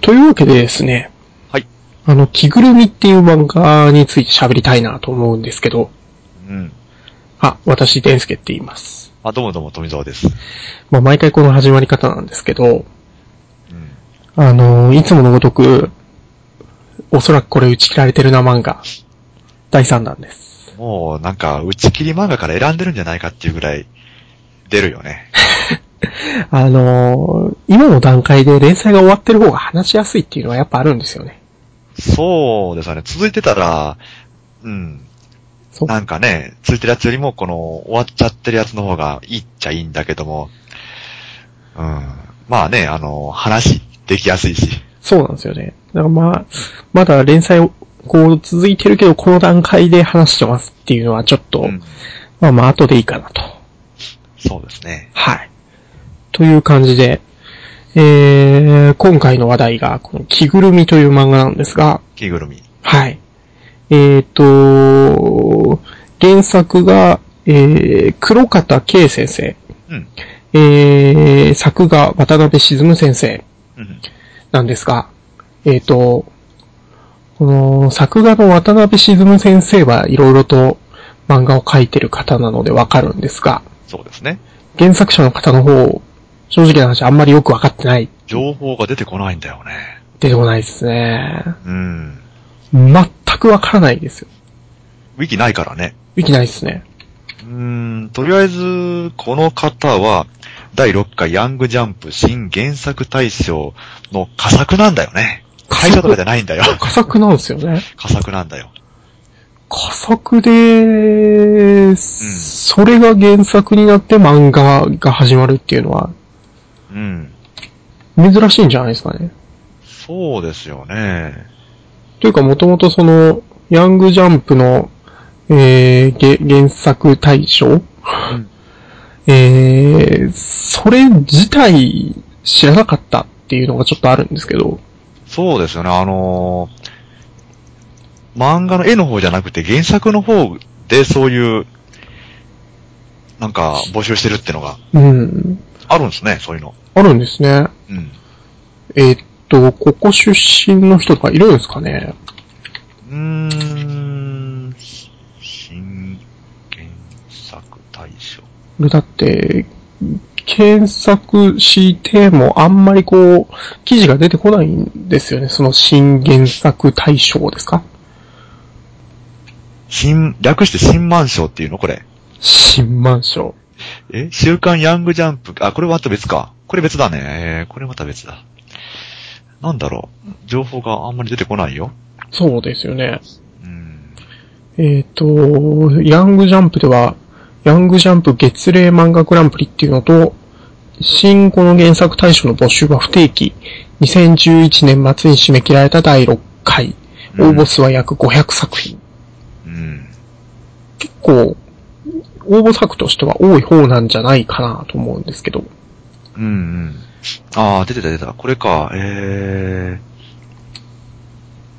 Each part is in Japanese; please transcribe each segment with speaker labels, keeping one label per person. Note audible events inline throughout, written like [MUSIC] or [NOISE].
Speaker 1: というわけでですね。
Speaker 2: はい。
Speaker 1: あの、着ぐるみっていう漫画について喋りたいなと思うんですけど、
Speaker 2: うん。
Speaker 1: あ、私、デンスケって言います。
Speaker 2: あ、どうもどうも、富澤です。
Speaker 1: まあ、毎回この始まり方なんですけど、
Speaker 2: うん。
Speaker 1: あの、いつものごとく、おそらくこれ打ち切られてるな漫画、第3弾です。
Speaker 2: もう、なんか、打ち切り漫画から選んでるんじゃないかっていうぐらい、出るよね。
Speaker 1: あの、今の段階で連載が終わってる方が話しやすいっていうのはやっぱあるんですよね。
Speaker 2: そうですよね。続いてたら、うん。
Speaker 1: そう。
Speaker 2: なんかね、続いてるやつよりも、この、終わっちゃってるやつの方がいいっちゃいいんだけども、うん。まあね、あの、話、できやすいし。
Speaker 1: そうなんですよね。だからまあ、まだ連載を、こう続いてるけど、この段階で話してますっていうのはちょっと、
Speaker 2: うん。
Speaker 1: まあまあ後でいいかなと。
Speaker 2: そうですね。
Speaker 1: はい。という感じで、えー、今回の話題が、この着ぐるみという漫画なんですが、
Speaker 2: 着ぐるみ。
Speaker 1: はい。えっ、と、原作が、えー、黒方圭先生、
Speaker 2: うん。
Speaker 1: えー、作画渡辺沈先生、
Speaker 2: うん。
Speaker 1: なんですが、えっ、と、この作画の渡辺沈先生はいろいろと漫画を描いてる方なのでわかるんですが、
Speaker 2: そうですね。
Speaker 1: 原作者の方の方、正直な話あんまりよくわかってない、
Speaker 2: 情報が出てこないんだよね。
Speaker 1: 出てこないですね。
Speaker 2: うん。
Speaker 1: 全くわからないですよ。
Speaker 2: ウィキないからね。
Speaker 1: いきないですね。
Speaker 2: うーん、とりあえず、この方は、第6回ヤングジャンプ新原作大賞の佳作なんだよね。
Speaker 1: 佳作
Speaker 2: 会社とかじゃないんだよ。 [LAUGHS]
Speaker 1: 佳作なんですよね。
Speaker 2: 佳作なんだよ。
Speaker 1: 佳作で、それが原作になって漫画が始まるっていうのは、
Speaker 2: うん。
Speaker 1: 珍しいんじゃないですかね。
Speaker 2: そうですよね。
Speaker 1: というか、もともとその、ヤングジャンプの、えー、げ原作大賞、
Speaker 2: ん
Speaker 1: えー、それ自体知らなかったっていうのがちょっとあるんですけど、
Speaker 2: そうですよね。あのー漫画の絵の方じゃなくて原作の方でそういう、なんか募集してるってのが
Speaker 1: うん、
Speaker 2: あるんですね、そういうの。
Speaker 1: あるんですね。
Speaker 2: うん。
Speaker 1: えーっと、ここ出身の人とかいるんですかね
Speaker 2: うーん、新原作大賞。
Speaker 1: これだって、検索してもあんまりこう、記事が出てこないんですよね。その新原作大賞ですか
Speaker 2: 新、略して新満賞っていうのこれ。
Speaker 1: 新満賞。
Speaker 2: え週刊ヤングジャンプ。あ、これまた別か。これ別だね。えーこれまた別だ。なんだろう。情報があんまり出てこないよ。
Speaker 1: そうですよね。
Speaker 2: うん。
Speaker 1: えっ、と、ヤングジャンプでは、ヤングジャンプ月例漫画グランプリっていうのと、新語の原作大賞の募集は不定期。2011年末に締め切られた第6回。応募数は約500作品。
Speaker 2: うん。
Speaker 1: 結構、応募作としては多い方なんじゃないかなと思うんですけど。
Speaker 2: うんうん。あー、出てた出てた。これか。えー。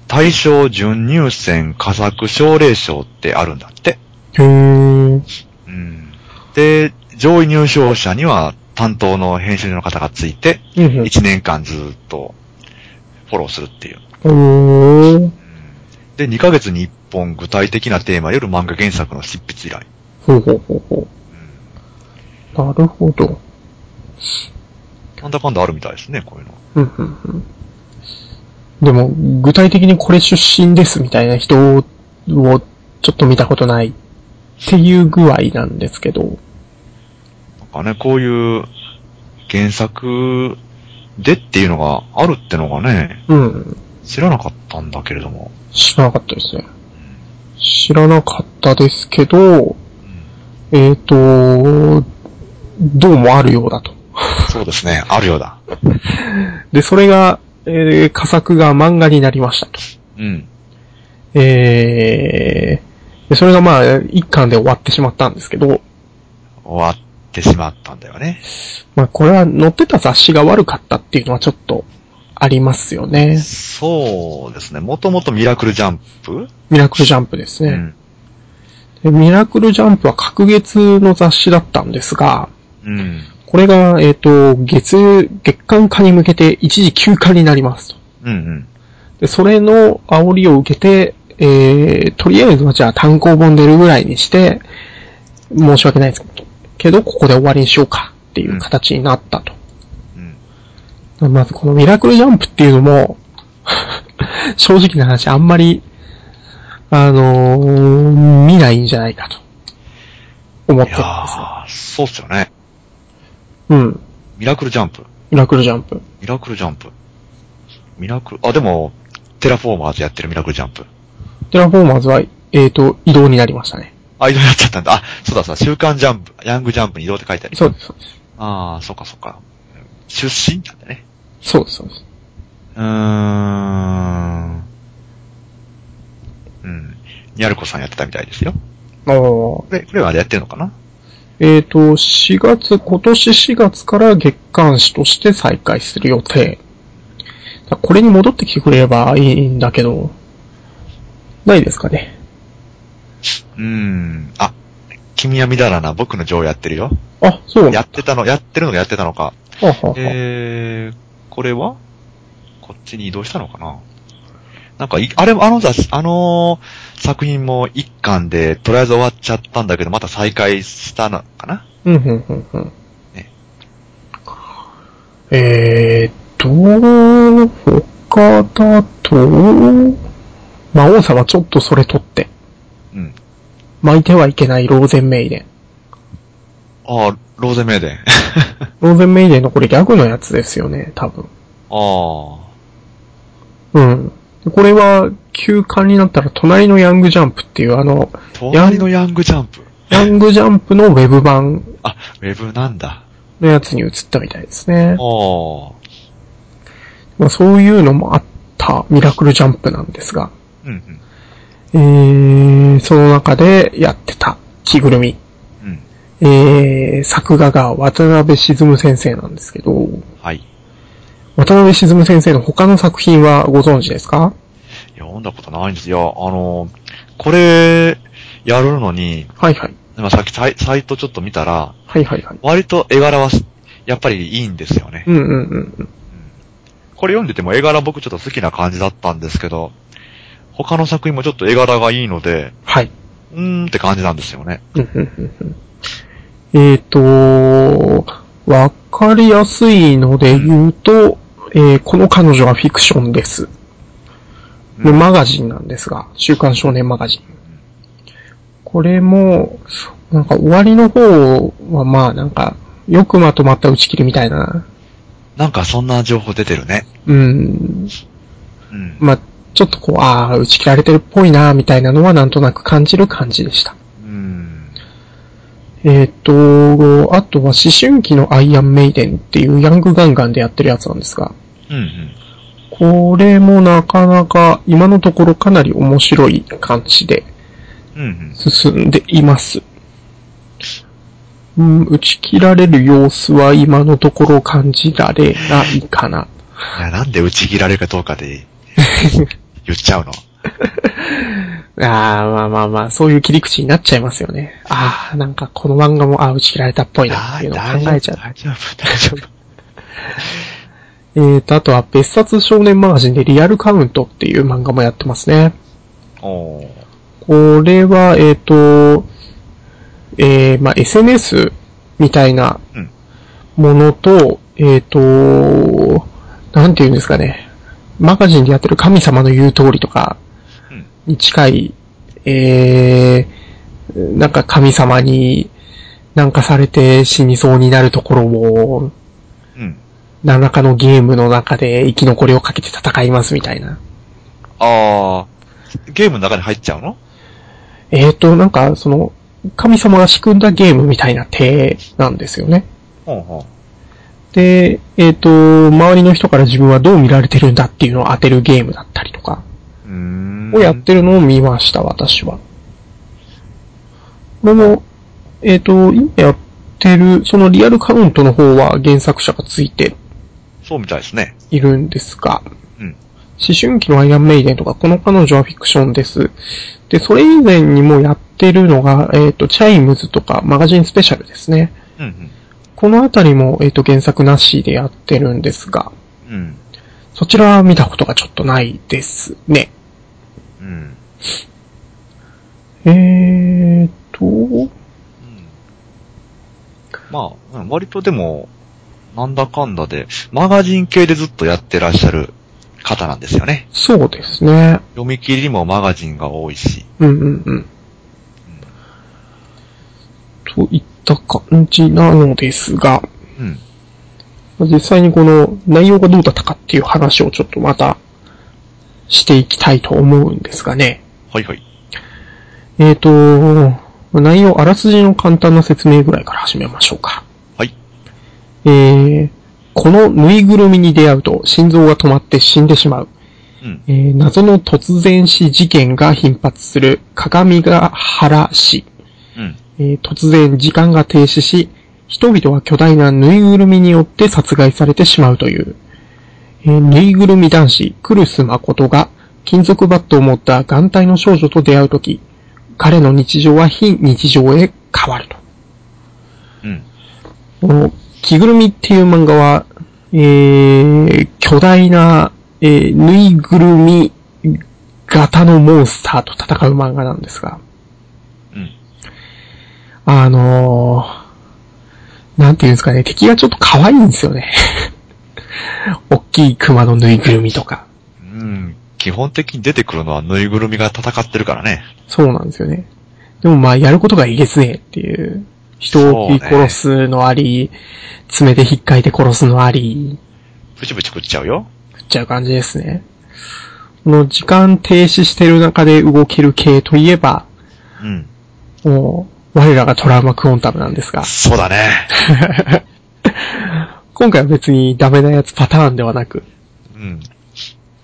Speaker 2: 大賞準入選佳作奨励賞ってあるんだって。
Speaker 1: へー。
Speaker 2: うん。で、上位入賞者には担当の編集者の方がついて、
Speaker 1: うんうん
Speaker 2: 1年間ずっとフォローするっていう。
Speaker 1: おー。
Speaker 2: で、2ヶ月に1本具体的なテーマより漫画原作の執筆依頼。
Speaker 1: ほうほうほうほう。なるほど。
Speaker 2: なんだかんだあるみたいですね、こういうの。
Speaker 1: うんうんうんでも、具体的にこれ出身ですみたいな人を、ちょっと見たことないっていう具合なんですけど。
Speaker 2: なんかね、こういう原作でっていうのがあるってのがね、
Speaker 1: うん。
Speaker 2: 知らなかったんだけれども。
Speaker 1: 知らなかったですね。知らなかったですけど、えっ、と、どうもあるようだと。
Speaker 2: そうですね、あるようだ。
Speaker 1: で、それが、えー、佳作が漫画になりましたと。
Speaker 2: うん。
Speaker 1: えー、でそれがまあ、一巻で終わってしまったんですけど、
Speaker 2: 終わってしまったんだよね。
Speaker 1: まあこれは載ってた雑誌が悪かったっていうのはちょっとありますよね。
Speaker 2: そうですね、もともとミラクルジャンプ
Speaker 1: ミラクルジャンプです
Speaker 2: う
Speaker 1: ね、
Speaker 2: ん。
Speaker 1: でミラクルジャンプは隔月の雑誌だったんですが、
Speaker 2: うん。
Speaker 1: これが、えっ、と、月、月間化に向けて一時休刊になりますと。
Speaker 2: うん
Speaker 1: で、それの煽りを受けて、えー、とりあえずはじゃあ単行本出るぐらいにして、申し訳ないですけど、ここで終わりにしようかっていう形になったと。
Speaker 2: うん。うん。
Speaker 1: まずこのミラクルジャンプっていうのも、 [LAUGHS] 正直な話あんまり、あのー見ないんじゃないかと、思っ
Speaker 2: い
Speaker 1: てるんですよ。
Speaker 2: やー、そうっすよね。
Speaker 1: うん。
Speaker 2: ミラクルジャンプ。
Speaker 1: ミラクルジャンプ。
Speaker 2: ミラクルジャンプ。ミラクル、あ、でも、テラフォーマーズやってるミラクルジャンプ。
Speaker 1: テラフォーマーズは、えー、と、移動になりましたね。
Speaker 2: あ、移動になっちゃったんだ。あ、そうだそうだ、週刊ジャンプ、ヤングジャンプに移動って書いてある。
Speaker 1: そうです、そうです。
Speaker 2: ああ、そっかそっか。出身なんだね。
Speaker 1: そうです、そうです。
Speaker 2: うーん。うん。ニャルコさんやってたみたいですよ。
Speaker 1: おー
Speaker 2: これ、これはあれやってるのかな
Speaker 1: えっ、と、4月、今年4月から月刊誌として再開する予定。だこれに戻ってきてくれればいいんだけど、ないですかね。
Speaker 2: うーん。あ、君はみだらな、僕の女王やってるよ。
Speaker 1: あ、そう
Speaker 2: や
Speaker 1: だ。
Speaker 2: ってたの、やってるのがやってたのか。
Speaker 1: ははは
Speaker 2: えー、これはこっちに移動したのかななんかい、あれも、あの雑誌、あのー作品も一巻で、とりあえず終わっちゃったんだけど、また再開したのかな
Speaker 1: うん、うん、うん、うん
Speaker 2: ね。
Speaker 1: えーっと、他だと、魔王様ちょっとそれ取って、
Speaker 2: うん。
Speaker 1: 巻いてはいけないローゼンメイデン。
Speaker 2: ああ、ローゼメーデン。 [LAUGHS]
Speaker 1: ローゼンメイデンのこれギャグのやつですよね、多分。
Speaker 2: ああ。
Speaker 1: うん。これは、休刊になったら、隣のヤングジャンプっていう、あの、
Speaker 2: 隣のヤングジャンプ。
Speaker 1: ヤングジャンプのウェブ版
Speaker 2: あ、ウェブなんだ。
Speaker 1: のやつに移ったみたいですね。
Speaker 2: おー。
Speaker 1: まあ、そういうのもあったミラクルジャンプなんですが、
Speaker 2: うんうん。
Speaker 1: えー、その中でやってた着ぐるみ。
Speaker 2: うん。
Speaker 1: えー、作画が渡辺しずむ先生なんですけど、
Speaker 2: はい。
Speaker 1: 渡辺しずむ先生の他の作品はご存知ですか
Speaker 2: 読んだことないんですよ。あのー、これ、やるのに、
Speaker 1: はいはい。
Speaker 2: まあさっきサイサイトちょっと見たら、
Speaker 1: はいはいはい。
Speaker 2: 割と絵柄はし、やっぱりいいんですよね
Speaker 1: う。んうんうんうん。
Speaker 2: これ読んでても絵柄僕ちょっと好きな感じだったんですけど、他の作品もちょっと絵柄がいいので、
Speaker 1: はい。
Speaker 2: うーんって感じなんですよね。
Speaker 1: うんうんうんうん [LAUGHS] えっ、と、わかりやすいので言うと、えーこの彼女はフィクションです。のマガジンなんですが、週刊少年マガジン。これも、なんか終わりの方はまあなんか、よくまとまった打ち切りみたいな。
Speaker 2: なんかそんな情報出てるね。
Speaker 1: うん。
Speaker 2: うん。
Speaker 1: まあ、ちょっとこう、ああ、打ち切られてるっぽいな、みたいなのはなんとなく感じる感じでした。
Speaker 2: うん。
Speaker 1: えっ、と、あとは思春期のアイアンメイデンっていうヤングガンガンでやってるやつなんですが、
Speaker 2: うんうん。
Speaker 1: これもなかなか今のところかなり面白い感じで
Speaker 2: うんうん。
Speaker 1: 進んでいます。うん、打ち切られる様子は今のところ感じられないかな。
Speaker 2: いや、なんで打ち切られるかどうかで、言っちゃうの。
Speaker 1: ああ、まあまあまあ、そういう切り口になっちゃいますよね。ああ、なんかこの漫画も、ああ、打ち切られたっ [LAUGHS] ぽいなっていうのを考えちゃう。
Speaker 2: 大丈夫、大丈夫。
Speaker 1: えーと、あとは別冊少年マガジンでリアルカウントっていう漫画もやってますね。
Speaker 2: おー
Speaker 1: これは、えっ、と、えー、まあ、SNS みたいな
Speaker 2: うん
Speaker 1: ものと、えっ、と、なんて言うんですかね。マガジンでやってる神様の言う通りとか
Speaker 2: うん
Speaker 1: に近い、えー、なんか神様になんかされて死にそうになるところを、
Speaker 2: うん。
Speaker 1: 何らかのゲームの中で生き残りをかけて戦いますみたいな。
Speaker 2: あー、ゲームの中に入っちゃうの
Speaker 1: えーと、なんか、その、神様が仕組んだゲームみたいな手なんですよね。
Speaker 2: ほうほ
Speaker 1: で、えーと、周りの人から自分はどう見られてるんだっていうのを当てるゲームだったりとか、
Speaker 2: う。うーん。
Speaker 1: をやってるのを見ました、私は。これも、えーと、今やってる、そのリアルカウントの方は原作者がついて
Speaker 2: そうみたいですね。
Speaker 1: いるんですが、
Speaker 2: うん。
Speaker 1: 思春期のアイアンメイデンとか、この彼女はフィクションです。で、それ以前にもやってるのが、えっ、と、チャイムズとか、マガジンスペシャルですね。
Speaker 2: うん
Speaker 1: このあたりも、えっ、と、原作なしでやってるんですが、
Speaker 2: うん。うん。
Speaker 1: そちらは見たことがちょっとないですね。
Speaker 2: うん。うん。
Speaker 1: えーっと、
Speaker 2: まあ、うん割とでも、なんだかんだで、マガジン系でずっとやってらっしゃる方なんですよね。
Speaker 1: そうですね。
Speaker 2: 読み切りもマガジンが多いし。
Speaker 1: うんうんうん。といった感じなのですが、
Speaker 2: うん。
Speaker 1: まあ実際にこの内容がどうだったかっていう話をちょっとまたしていきたいと思うんですがね。
Speaker 2: はいはい。
Speaker 1: えーと、内容、あらすじの簡単な説明ぐらいから始めましょうか。
Speaker 2: はい。
Speaker 1: えー、このぬいぐるみに出会うと心臓が止まって死んでしまう。
Speaker 2: うん。
Speaker 1: えー謎の突然死事件が頻発する鏡ヶ原市。
Speaker 2: うん。
Speaker 1: えー突然時間が停止し、人々は巨大なぬいぐるみによって殺害されてしまうという。えーぬいぐるみ男子、クルス誠が金属バットを持った眼帯の少女と出会うとき、彼の日常は非日常へ変わると。
Speaker 2: うん。
Speaker 1: この、着ぐるみっていう漫画は、えー、巨大な、えー、ぬいぐるみ型のモンスターと戦う漫画なんですが、
Speaker 2: うん。
Speaker 1: あのー、なんていうんですかね、敵がちょっと可愛いんですよね。 [LAUGHS] 大きい熊のぬいぐるみとか。
Speaker 2: うん。基本的に出てくるのはぬいぐるみが戦ってるからね。
Speaker 1: そうなんですよね。でもまあ、やることがえげつねえっていう。人を切り殺すのあり、爪で引っかいて殺すのあり、
Speaker 2: プチプチ食っちゃうよ。
Speaker 1: っちゃう感じですね。この時間停止してる中で動ける系といえば、
Speaker 2: うん。
Speaker 1: もう、我らがトラウマクオンタムなんですが、
Speaker 2: そうだね。
Speaker 1: 今回は別にダメなやつパターンではなく、
Speaker 2: うん。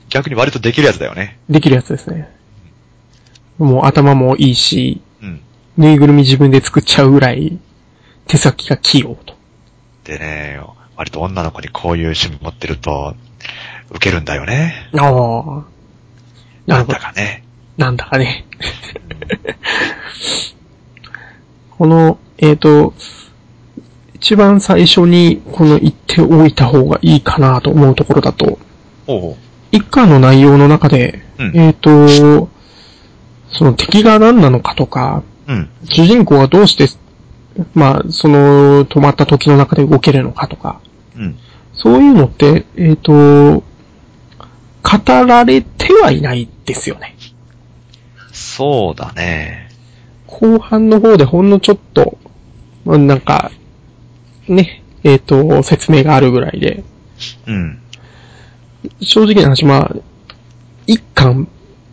Speaker 2: 逆に割とできるやつだよね。
Speaker 1: できるやつですね。もう頭もいいし、
Speaker 2: うん。
Speaker 1: ぬいぐるみ自分で作っちゃうぐらい、手先が器用と。
Speaker 2: でね、割と女の子にこういう趣味持ってると、ウケるんだよね。
Speaker 1: ああ。なるほど
Speaker 2: んだ。かね。
Speaker 1: なんだかね。 [LAUGHS] この、えっ、と、一番最初にこの言っておいた方がいいかなと思うところだと、
Speaker 2: おう
Speaker 1: 一巻の内容の中で、
Speaker 2: うん
Speaker 1: えっ、と、その敵が何なのかとか、
Speaker 2: うん。
Speaker 1: 主人公はどうして、まあ、その止まった時の中で動けるのかとか、
Speaker 2: うん。
Speaker 1: そういうのって、えっ、と、語られてはいないですよね。
Speaker 2: そうだね。
Speaker 1: 後半の方でほんのちょっと、まあなんか、ね、えっ、と、説明があるぐらいで、
Speaker 2: うん。
Speaker 1: 正直な話、まあ、一巻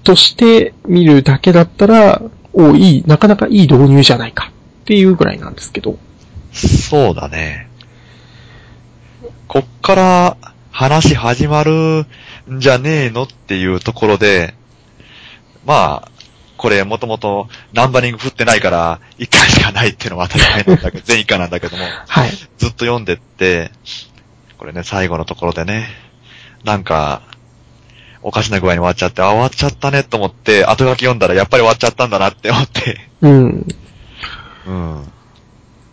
Speaker 1: として見るだけだったら、おいい、なかなかいい導入じゃないかっていうぐらいなんですけど、
Speaker 2: そうだね。こっから話始まるんじゃねえのっていうところで、まあ、これもともとナンバリング振ってないから1回しかないっていうのは当たり前なんだけど、全1回なんだけども、
Speaker 1: はい。
Speaker 2: ずっと読んでって、これね、最後のところでね、なんか、おかしな具合に終わっちゃって、あ、終わっちゃったねと思って、後書き読んだらやっぱり終わっちゃったんだなって思って。
Speaker 1: うん。
Speaker 2: うん。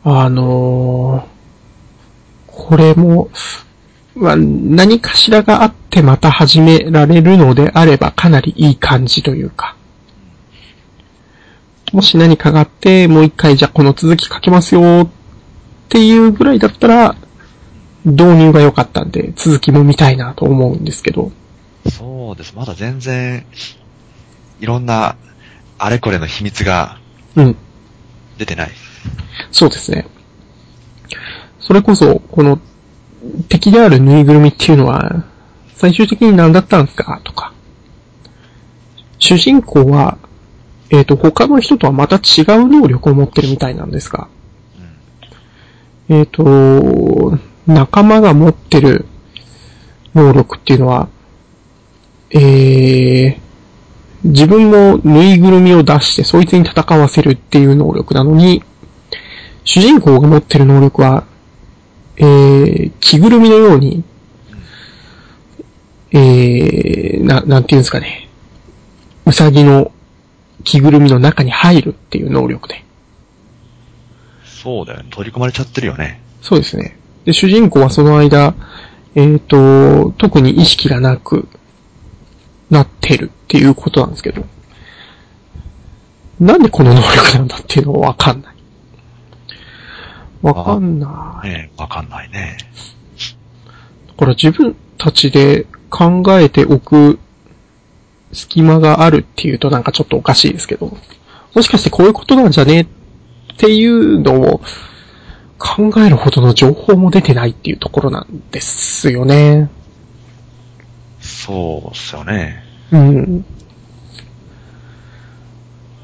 Speaker 1: あのー、これも、まあ、何かしらがあってまた始められるのであればかなりいい感じというか。もし何かがあって、もう一回じゃあこの続き書けますよっていうぐらいだったら、導入が良かったんで、続きも見たいなと思うんですけど。
Speaker 2: そうです。まだ全然、いろんな、あれこれの秘密が
Speaker 1: うん。
Speaker 2: 出てない。
Speaker 1: そうですね。それこそ、この、敵であるぬいぐるみっていうのは、最終的に何だったんですかとか。主人公は、えっ、と、他の人とはまた違う能力を持ってるみたいなんですが、えっ、と、仲間が持ってる能力っていうのは、えー、自分のぬいぐるみを出してそいつに戦わせるっていう能力なのに、主人公が持ってる能力は、えー、着ぐるみのように、えー、な、なんていうんですかね。うさぎの着ぐるみの中に入るっていう能力で。
Speaker 2: そうだよね。取り込まれちゃってるよね。
Speaker 1: そうですね。で、主人公はその間、えっ、と、特に意識がなくなってるっていうことなんですけど、なんでこの能力なんだっていうのはわかんない。わかんない。
Speaker 2: ねえ、わかんないね。
Speaker 1: だから自分たちで考えておく隙間があるっていうとなんかちょっとおかしいですけど、もしかしてこういうことなんじゃねっていうのを考えるほどの情報も出てないっていうところなんですよね。
Speaker 2: そうっすよね。
Speaker 1: うん。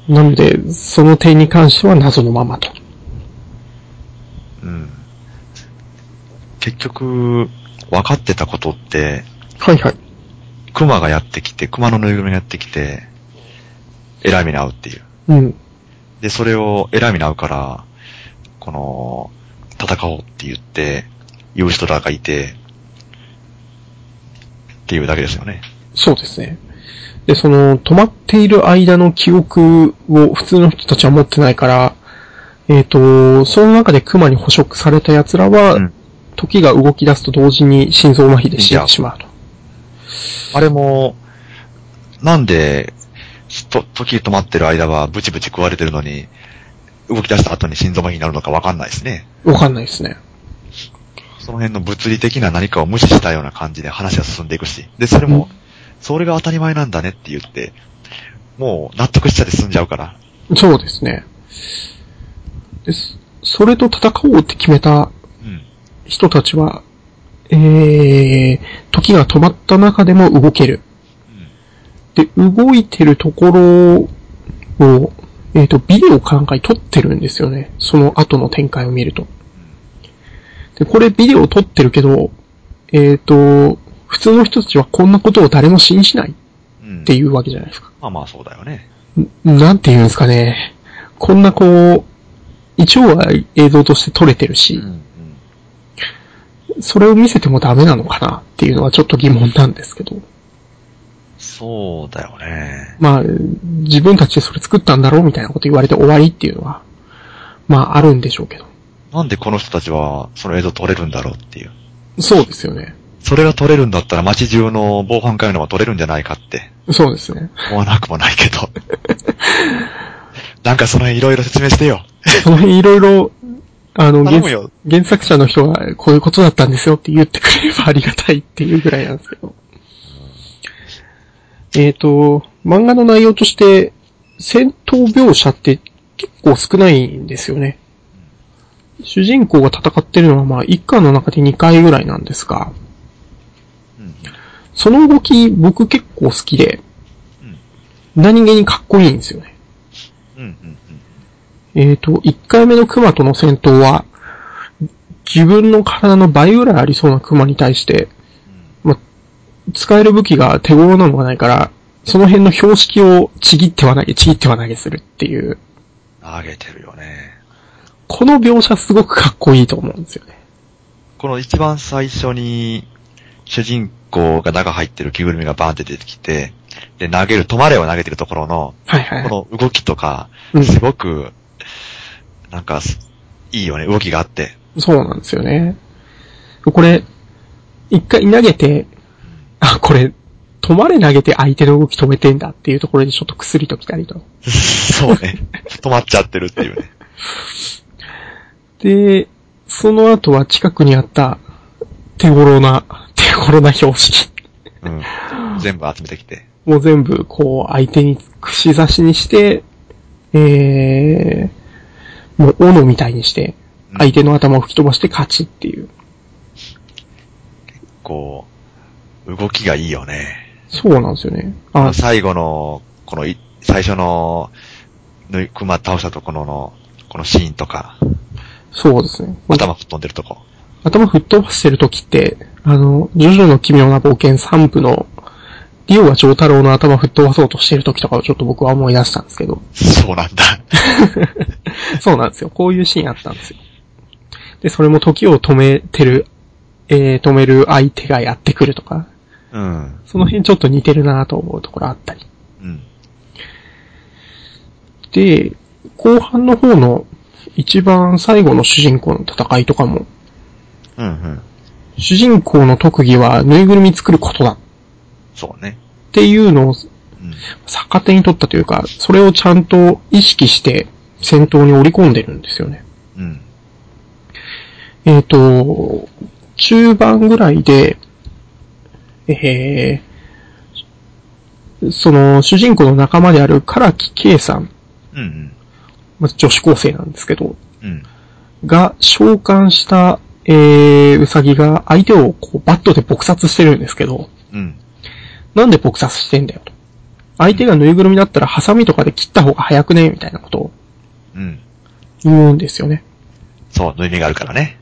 Speaker 1: なので、その点に関しては謎のままと。
Speaker 2: うん。結局、分かってたことって、
Speaker 1: はいはい。
Speaker 2: 熊がやってきて、熊のぬいぐるみがやってきて、えらい目に遭うっていう。
Speaker 1: うん。
Speaker 2: で、それをえらい目に遭うから、この、戦おうって言って、言う人らがいて、っていうだけですよね。
Speaker 1: そうですね。で、その、止まっている間の記憶を普通の人たちは持ってないから、えっ、と、その中で熊に捕食された奴らは、
Speaker 2: うん
Speaker 1: 時が動き出すと同時に心臓麻痺で死んでしまうと。
Speaker 2: あれも、なんで、と、時止まってる間はブチブチ食われてるのに、動き出した後に心臓麻痺になるのかわかんないですね。
Speaker 1: わかんないですね。
Speaker 2: その辺の物理的な何かを無視したような感じで話は進んでいくし。で、それも、それが当たり前なんだねって言って、もう納得しちゃって済んじゃうから。
Speaker 1: そうですね。です。それと戦おうって決めた
Speaker 2: うん。
Speaker 1: 人たちは、えー、時が止まった中でも動ける。で、動いてるところを、えっ、と、ビデオかなんかに撮ってるんですよね。その後の展開を見ると。で、これビデオ撮ってるけど、えっ、と、普通の人たちはこんなことを誰も信じないっ
Speaker 2: うん。うん。
Speaker 1: ていうわけじゃないですか。
Speaker 2: まあまあそうだよね。
Speaker 1: んなんて言うんですかね。こんなこう、一応は映像として撮れてるし、
Speaker 2: うん。
Speaker 1: それを見せてもダメなのかなっていうのはちょっと疑問なんですけど。
Speaker 2: そうだよね。
Speaker 1: まあ、自分たちでそれ作ったんだろうみたいなこと言われて終わりっていうのは、まああるんでしょうけど。
Speaker 2: なんでこの人たちはその映像撮れるんだろうっていう。
Speaker 1: そうですよね。
Speaker 2: それが撮れるんだったら街中の防犯カメラも撮れるんじゃないかって
Speaker 1: そうです [LAUGHS] ね。
Speaker 2: 思わなくもない
Speaker 1: [LAUGHS]
Speaker 2: けど。なんかその辺いろいろ説明してよ。
Speaker 1: その辺いろいろ、あの、原
Speaker 2: 頼むよ。
Speaker 1: 原作者の人がこういうことだったんですよって言ってくれればありがたいっていうぐらいなんですけど。えっ、と、漫画の内容として、戦闘描写って結構少ないんですよね。主人公が戦ってるのはまあ1巻の中で2回ぐらいなんですが、
Speaker 2: うん
Speaker 1: その動き僕結構好きで、何気にかっこいいんですよね。
Speaker 2: うんうん
Speaker 1: えっ、と、1回目の熊との戦闘は、自分の体の倍ぐらいありそうな熊に対して、ま、使える武器が手頃なのがないから、その辺の標識をちぎっては投げ、ちぎっては投げするっていう、
Speaker 2: うん。投げてるよね。
Speaker 1: この描写すごくかっこいいと思うんですよね。
Speaker 2: この一番最初に、主人公が中入ってる着ぐるみがバーンって出てきて、で、投げる、止まれを投げてるところの、
Speaker 1: はいはいはい。
Speaker 2: この動きとか、
Speaker 1: うん
Speaker 2: すごく、なんかす、いいよね、動きがあって。
Speaker 1: そうなんですよね。これ、一回投げて、あ、これ、止まれ投げて相手の動き止めてんだっていうところでちょっとくすりときたりと。
Speaker 2: そうね。止まっちゃってるっていうね。
Speaker 1: で、その後は近くにあった、手頃な、 [LAUGHS] 手頃な標識。
Speaker 2: うん。全部集めてきて。
Speaker 1: もう全部、こう、相手に串刺しにして、えー、もう斧みたいにして、
Speaker 2: うん
Speaker 1: 相手の頭を吹き飛ばして勝ちっていう。
Speaker 2: こう、動きがいいよね。
Speaker 1: そうなんですよね。あ、
Speaker 2: 最後の、このい、最初の、ぬい、熊倒したところの、このシーンとか、
Speaker 1: そうですね。
Speaker 2: 頭吹っ飛んでるとこ。
Speaker 1: 頭吹っ飛ばしてる時って、あの、ジョジョの奇妙な冒険3部の、リオが丈太郎の頭吹っ飛ばそうとしてる時とかをちょっと僕は思い出したんですけど、
Speaker 2: そうなんだ。
Speaker 1: [LAUGHS] そうなんですよ。こういうシーンあったんですよ。で、それも時を止めてる、えー、止める相手がやってくるとか、
Speaker 2: うん。
Speaker 1: その辺ちょっと似てるなと思うところあったり。
Speaker 2: うん。
Speaker 1: で、後半の方の一番最後の主人公の戦いとかも、
Speaker 2: うん、うん。
Speaker 1: 主人公の特技はぬいぐるみ作ることだっ
Speaker 2: そうね。
Speaker 1: ていうのを
Speaker 2: うん。
Speaker 1: 逆手に取ったというか、それをちゃんと意識して戦闘に織り込んでるんですよね。
Speaker 2: うん。
Speaker 1: えっ、と、中盤ぐらいで、えーその、主人公の仲間である唐木圭さん、
Speaker 2: うん
Speaker 1: まあ女子高生なんですけど、
Speaker 2: うん。うん。
Speaker 1: が召喚した、えー、うさぎが相手をこうバットで撲殺してるんですけど、
Speaker 2: うん。
Speaker 1: なんで撲殺してんだよと。相手がぬいぐるみだったらハサミとかで切った方が早くねみたいなことを
Speaker 2: うん。
Speaker 1: 言うんですよね。
Speaker 2: そう、縫い目があるからね。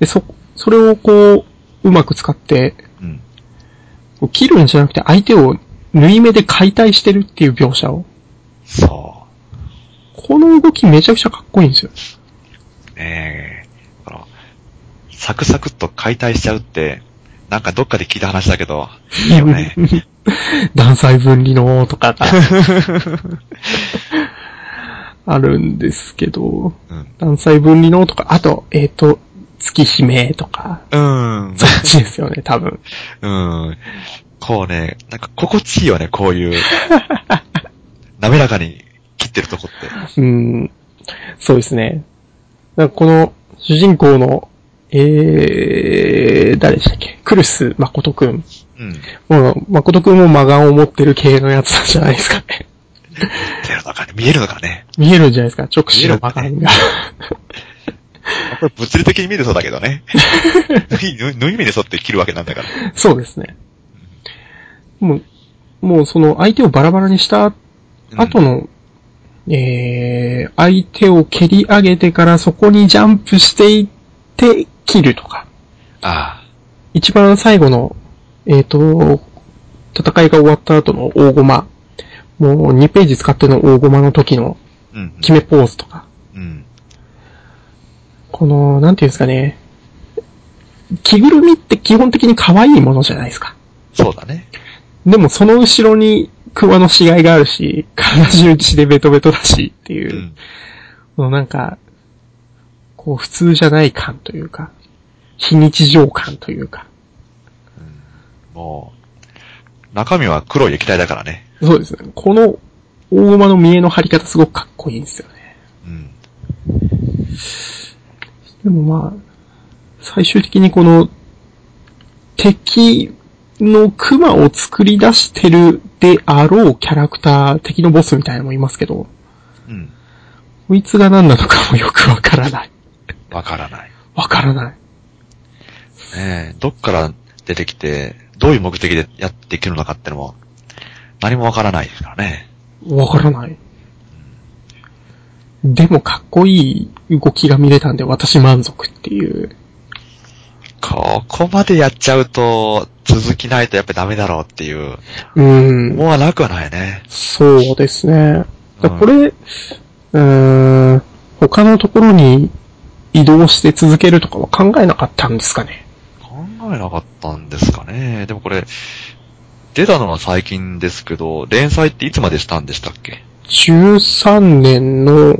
Speaker 1: で、そ、それをこう、うまく使って、
Speaker 2: うん。
Speaker 1: こう切るんじゃなくて相手を縫い目で解体してるっていう描写を。
Speaker 2: そ
Speaker 1: この動きめちゃくちゃかっこいいんですよ。
Speaker 2: う。ねえ。だから、サクサクっと解体しちゃうって、なんかどっかで聞いた話だけど、いいよね。
Speaker 1: 断裁分離のとかがあるんですけど、
Speaker 2: うん。
Speaker 1: 断裁分離のとか、あと、えっ、と、月姫とか、
Speaker 2: うん
Speaker 1: そ。っちですよね、多分。
Speaker 2: うん。こうね、なんか心地いいよね、こう [LAUGHS] いう。滑らかに切ってるとこって。
Speaker 1: うん。そうですね。なんかこの主人公の、えー、誰でしたっけクルス誠くん。
Speaker 2: うん。切
Speaker 1: もう、誠くんも真顔を持ってる系のやつなんじゃないですかね。
Speaker 2: ってるのかね、見えるのかね。
Speaker 1: [LAUGHS] 見えるんじゃないですか直視の真顔が。
Speaker 2: これ [LAUGHS] 物理的に見るそうだけ
Speaker 1: [LAUGHS]
Speaker 2: どね。縫い縫い縫い目に沿って切るわけなんだから。
Speaker 1: そうですね。もう、もうその相手をバラバラにした後の、えー、相手を蹴り上げてからそこにジャンプしていって切るとか。
Speaker 2: あ
Speaker 1: 一番最後の、えっ、と、戦いが終わった後の大駒。もう2ページ使っての大駒の時の
Speaker 2: あ。うん。
Speaker 1: 決めポーズとか。
Speaker 2: うん。
Speaker 1: この、なんていうんですかね。着ぐるみって基本的に可愛いものじゃないですか。
Speaker 2: そうだね。
Speaker 1: でもその後ろに熊の死骸があるし、体中血でベトベトだしって
Speaker 2: う
Speaker 1: いう、
Speaker 2: ん。
Speaker 1: このなんか、こう普通じゃない感というか、非日常感というか。
Speaker 2: もう、中身は黒い液体だからね。
Speaker 1: そうですね。この大馬の見えの張り方すごくかっこいいんですよね。
Speaker 2: うん。
Speaker 1: でもまあ、最終的にこの敵の熊を作り出してるであろうキャラクター、敵のボスみたいなのもいますけど、
Speaker 2: うん。
Speaker 1: こいつが何なのかもよくわからない。
Speaker 2: わからない。
Speaker 1: わからない。
Speaker 2: ねえ、どっから出てきて、どういう目的でやってきるのかってのも、何もわからないですからね。
Speaker 1: わからない。でもかっこいい動きが見れたんで私満足っていう。
Speaker 2: ここまでやっちゃうと、続きないとやっぱダメだろうっていう、
Speaker 1: う
Speaker 2: 思
Speaker 1: ん。
Speaker 2: わなくはないね。
Speaker 1: そうですね。だ
Speaker 2: うん
Speaker 1: これ、うーん、他のところに移動して続けるとかは考えなかったんですかね。
Speaker 2: 考えなかったんですかね。でもこれ、出たのは最近ですけど、連載っていつまでしたんでしたっけ
Speaker 1: 13年の
Speaker 2: う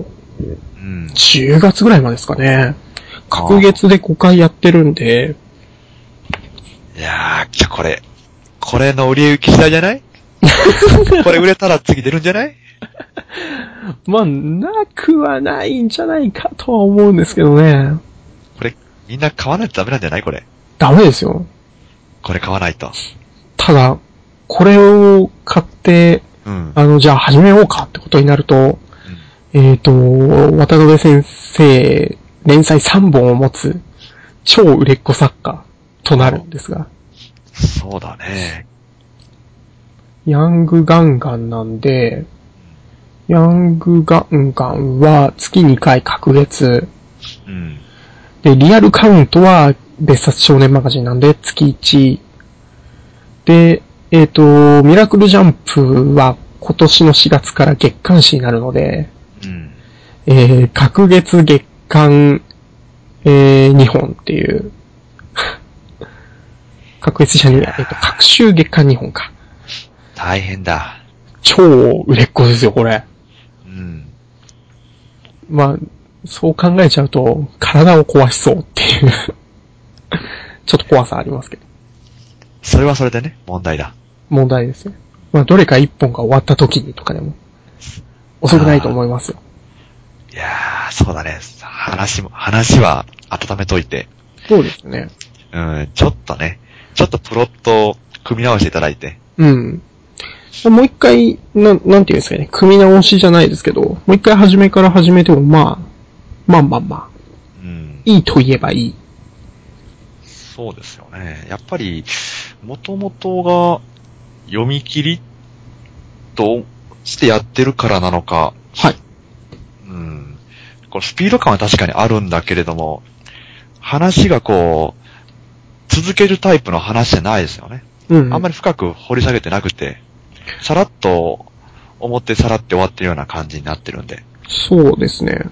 Speaker 2: ん。
Speaker 1: 10月ぐらいまでですかね。隔月で5回やってるんで、
Speaker 2: いやー、じゃあこれ、これの売り行き次第じゃないこれ売れたら次出るんじゃない
Speaker 1: まあ、なくはないんじゃないかとは思うんですけどね。
Speaker 2: これ、みんな買わないとダメなんじゃないこれ。
Speaker 1: ダメですよ。
Speaker 2: これ買わないと。
Speaker 1: ただ、これを買って、
Speaker 2: うん。
Speaker 1: あの、じゃあ始めようかってことになると、えっ、と、渡辺先生、連載3本を持つ、超売れっ子作家となるんですが、
Speaker 2: そうだね。
Speaker 1: ヤングガンガンなんで、ヤングガンガンは月2回隔月、
Speaker 2: うん。
Speaker 1: で、リアルカウントは別冊少年マガジンなんで月1。で、えっ、と、ミラクルジャンプは今年の4月から月刊誌になるので、
Speaker 2: うん。
Speaker 1: えー、隔月月間、えー、2本っていう。隔月社に、えっ、と、各週月間2本か。
Speaker 2: 大変だ。
Speaker 1: 超売れっ子ですよ、これ。
Speaker 2: うん。
Speaker 1: まあ、そう考えちゃうと、体を壊しそうっていう。 [LAUGHS] ちょっと怖さありますけど。
Speaker 2: それはそれでね、問題だ。
Speaker 1: 問題ですね。まあ、どれか一本が終わった時にとかでも、遅くないと思いますよ。
Speaker 2: いやー、そうだね。話も、話は温めといて。
Speaker 1: そうですね。
Speaker 2: うん、ちょっとね、ちょっとプロットを組み直していただいて。
Speaker 1: うん。もう一回、なん、なんていうんですかね、組み直しじゃないですけど、もう一回初めから始めても、まあ、まあまあまあ、
Speaker 2: うん。
Speaker 1: いいと言えばいい。
Speaker 2: そうですよね。やっぱり、元々が読み切りとしてやってるからなのか、
Speaker 1: はい。
Speaker 2: うん。こうスピード感は確かにあるんだけれども、話がこう、続けるタイプの話じゃないですよね。
Speaker 1: うん。
Speaker 2: あんまり深く掘り下げてなくて、さらっと、思ってさらって終わってるような感じになってるんで。
Speaker 1: そうですね。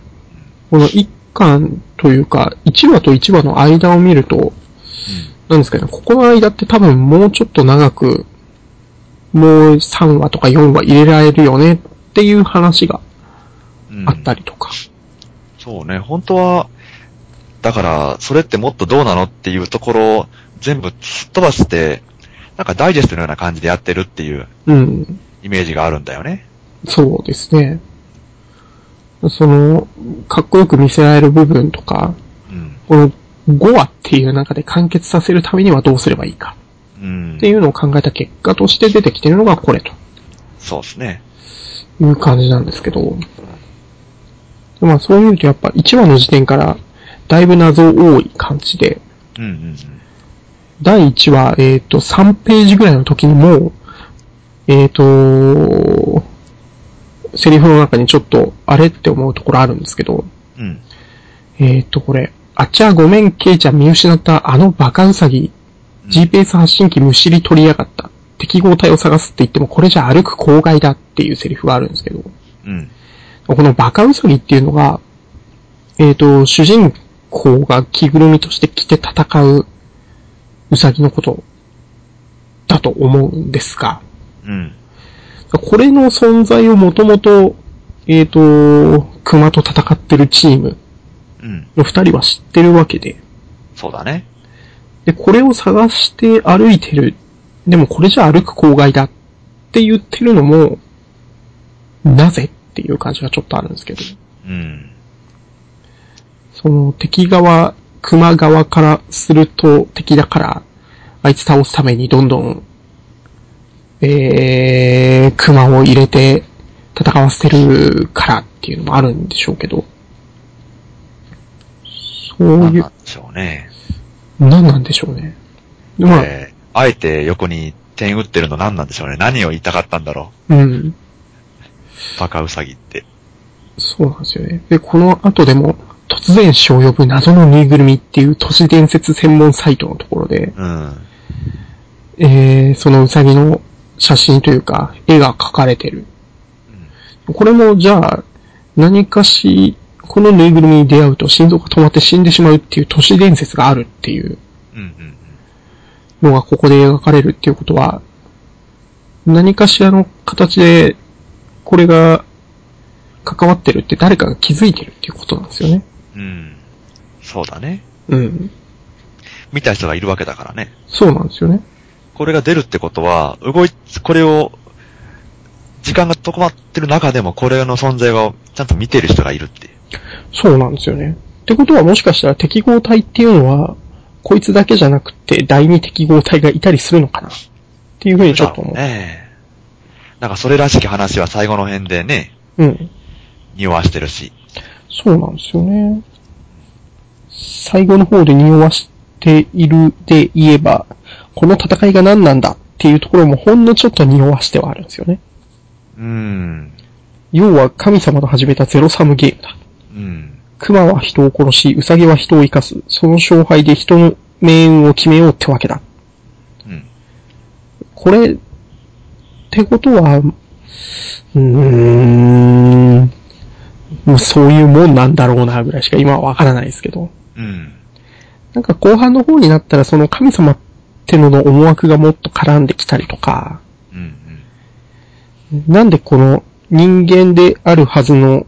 Speaker 1: この一巻というか、一話と一話の間を見ると、なんですかね、ここの間って多分もうちょっと長く、もう3話とか4話入れられるよねっていう話が
Speaker 2: うん。うん
Speaker 1: あったりとか。
Speaker 2: そうね、本当は、だから、それってもっとどうなのっていうところを全部すっ飛ばして、なんかダイジェストのような感じでやってるっていう
Speaker 1: うん。
Speaker 2: イメージがあるんだよね。
Speaker 1: そうですね。その、かっこよく見せられる部分とか、
Speaker 2: うん。
Speaker 1: この5話っていう中で完結させるためにはどうすればいいか
Speaker 2: うん。
Speaker 1: っていうのを考えた結果として出てきてるのがこれと
Speaker 2: そうですね。
Speaker 1: いう感じなんですけど、まあそういうとやっぱ1話の時点からだいぶ謎多い感じで、
Speaker 2: うんうんうん。
Speaker 1: 第1話、えっ、と、3ページぐらいの時にもう、えっ、と、セリフの中にちょっと、あれって思うところあるんですけど、
Speaker 2: うん。
Speaker 1: えっ、と、これ、あっちゃごめん、ケイちゃん見失ったあのバカウサギ、
Speaker 2: うん
Speaker 1: GPS 発信機むしり取りやがった。適合体を探すって言っても、これじゃ歩く郊外だっていうセリフがあるんですけど、
Speaker 2: うん。
Speaker 1: このバカウサギっていうのが、えっ、と、主人公が着ぐるみとして着て戦うウサギのことだと思うんですが、
Speaker 2: うん。
Speaker 1: これの存在をもともと、えっ、と、熊と戦ってるチーム
Speaker 2: うん。
Speaker 1: の二人は知ってるわけで、
Speaker 2: そうだね。
Speaker 1: で、これを探して歩いてる。でもこれじゃ歩く郊外だって言ってるのも、なぜっていう感じがちょっとあるんですけど。
Speaker 2: うん。
Speaker 1: その敵側、熊側からすると敵だから、あいつ倒すためにどんどん、えー、熊を入れて戦わせてるからっていうのもあるんでしょうけど。そう
Speaker 2: なん
Speaker 1: いう、
Speaker 2: なんでしょうね。
Speaker 1: 何なんでしょうね。でまあ、
Speaker 2: えーあえて横に点打ってるの何なんでしょうね。何を言いたかったんだろ
Speaker 1: うん。
Speaker 2: う。バカウサギって。
Speaker 1: そうなんですよね。で、この後でも、突然死を呼ぶ謎のぬいぐるみっていう都市伝説専門サイトのところで、
Speaker 2: うん。
Speaker 1: えー、そのうさぎの写真というか、絵が描かれてる。これも、じゃあ、何かし、このぬいぐるみに出会うと心臓が止まって死んでしまうっていう都市伝説があるっていう
Speaker 2: うんうん
Speaker 1: のがここで描かれるっていうことは、何かしらの形で、これが関わってるって誰かが気づいてるっていうことなんですよね。
Speaker 2: うん。うん。そうだね。
Speaker 1: うん。
Speaker 2: 見た人がいるわけだからね。
Speaker 1: そうなんですよね。
Speaker 2: これが出るってことは、動い、これを、時間が止まってる中でも、これの存在をちゃんと見てる人がいるっていう。
Speaker 1: そうなんですよね。ってことはもしかしたら適合体っていうのは、こいつだけじゃなくて第二適合体がいたりするのかなっていうふうにちょっと思う。
Speaker 2: ねえ。なんかそれらしき話は最後の辺でね、
Speaker 1: うん。
Speaker 2: 匂わしてるし。
Speaker 1: そうなんですよね。最後の方で匂わしているで言えば、この戦いが何なんだっていうところもほんのちょっと匂わしてはあるんですよね。
Speaker 2: うーん。
Speaker 1: 要は神様と始めたゼロサムゲームだ。
Speaker 2: うん。
Speaker 1: 熊は人を殺し、ウサギは人を生かす。その勝敗で人の命運を決めようってわけだ。
Speaker 2: うん。
Speaker 1: これ、ってことは、うーん、もうそういうもんなんだろうな、ぐらいしか今はわからないですけど。
Speaker 2: うん。
Speaker 1: なんか後半の方になったらその神様ってのの思惑がもっと絡んできたりとか、
Speaker 2: うん。
Speaker 1: なんでこの人間であるはずの、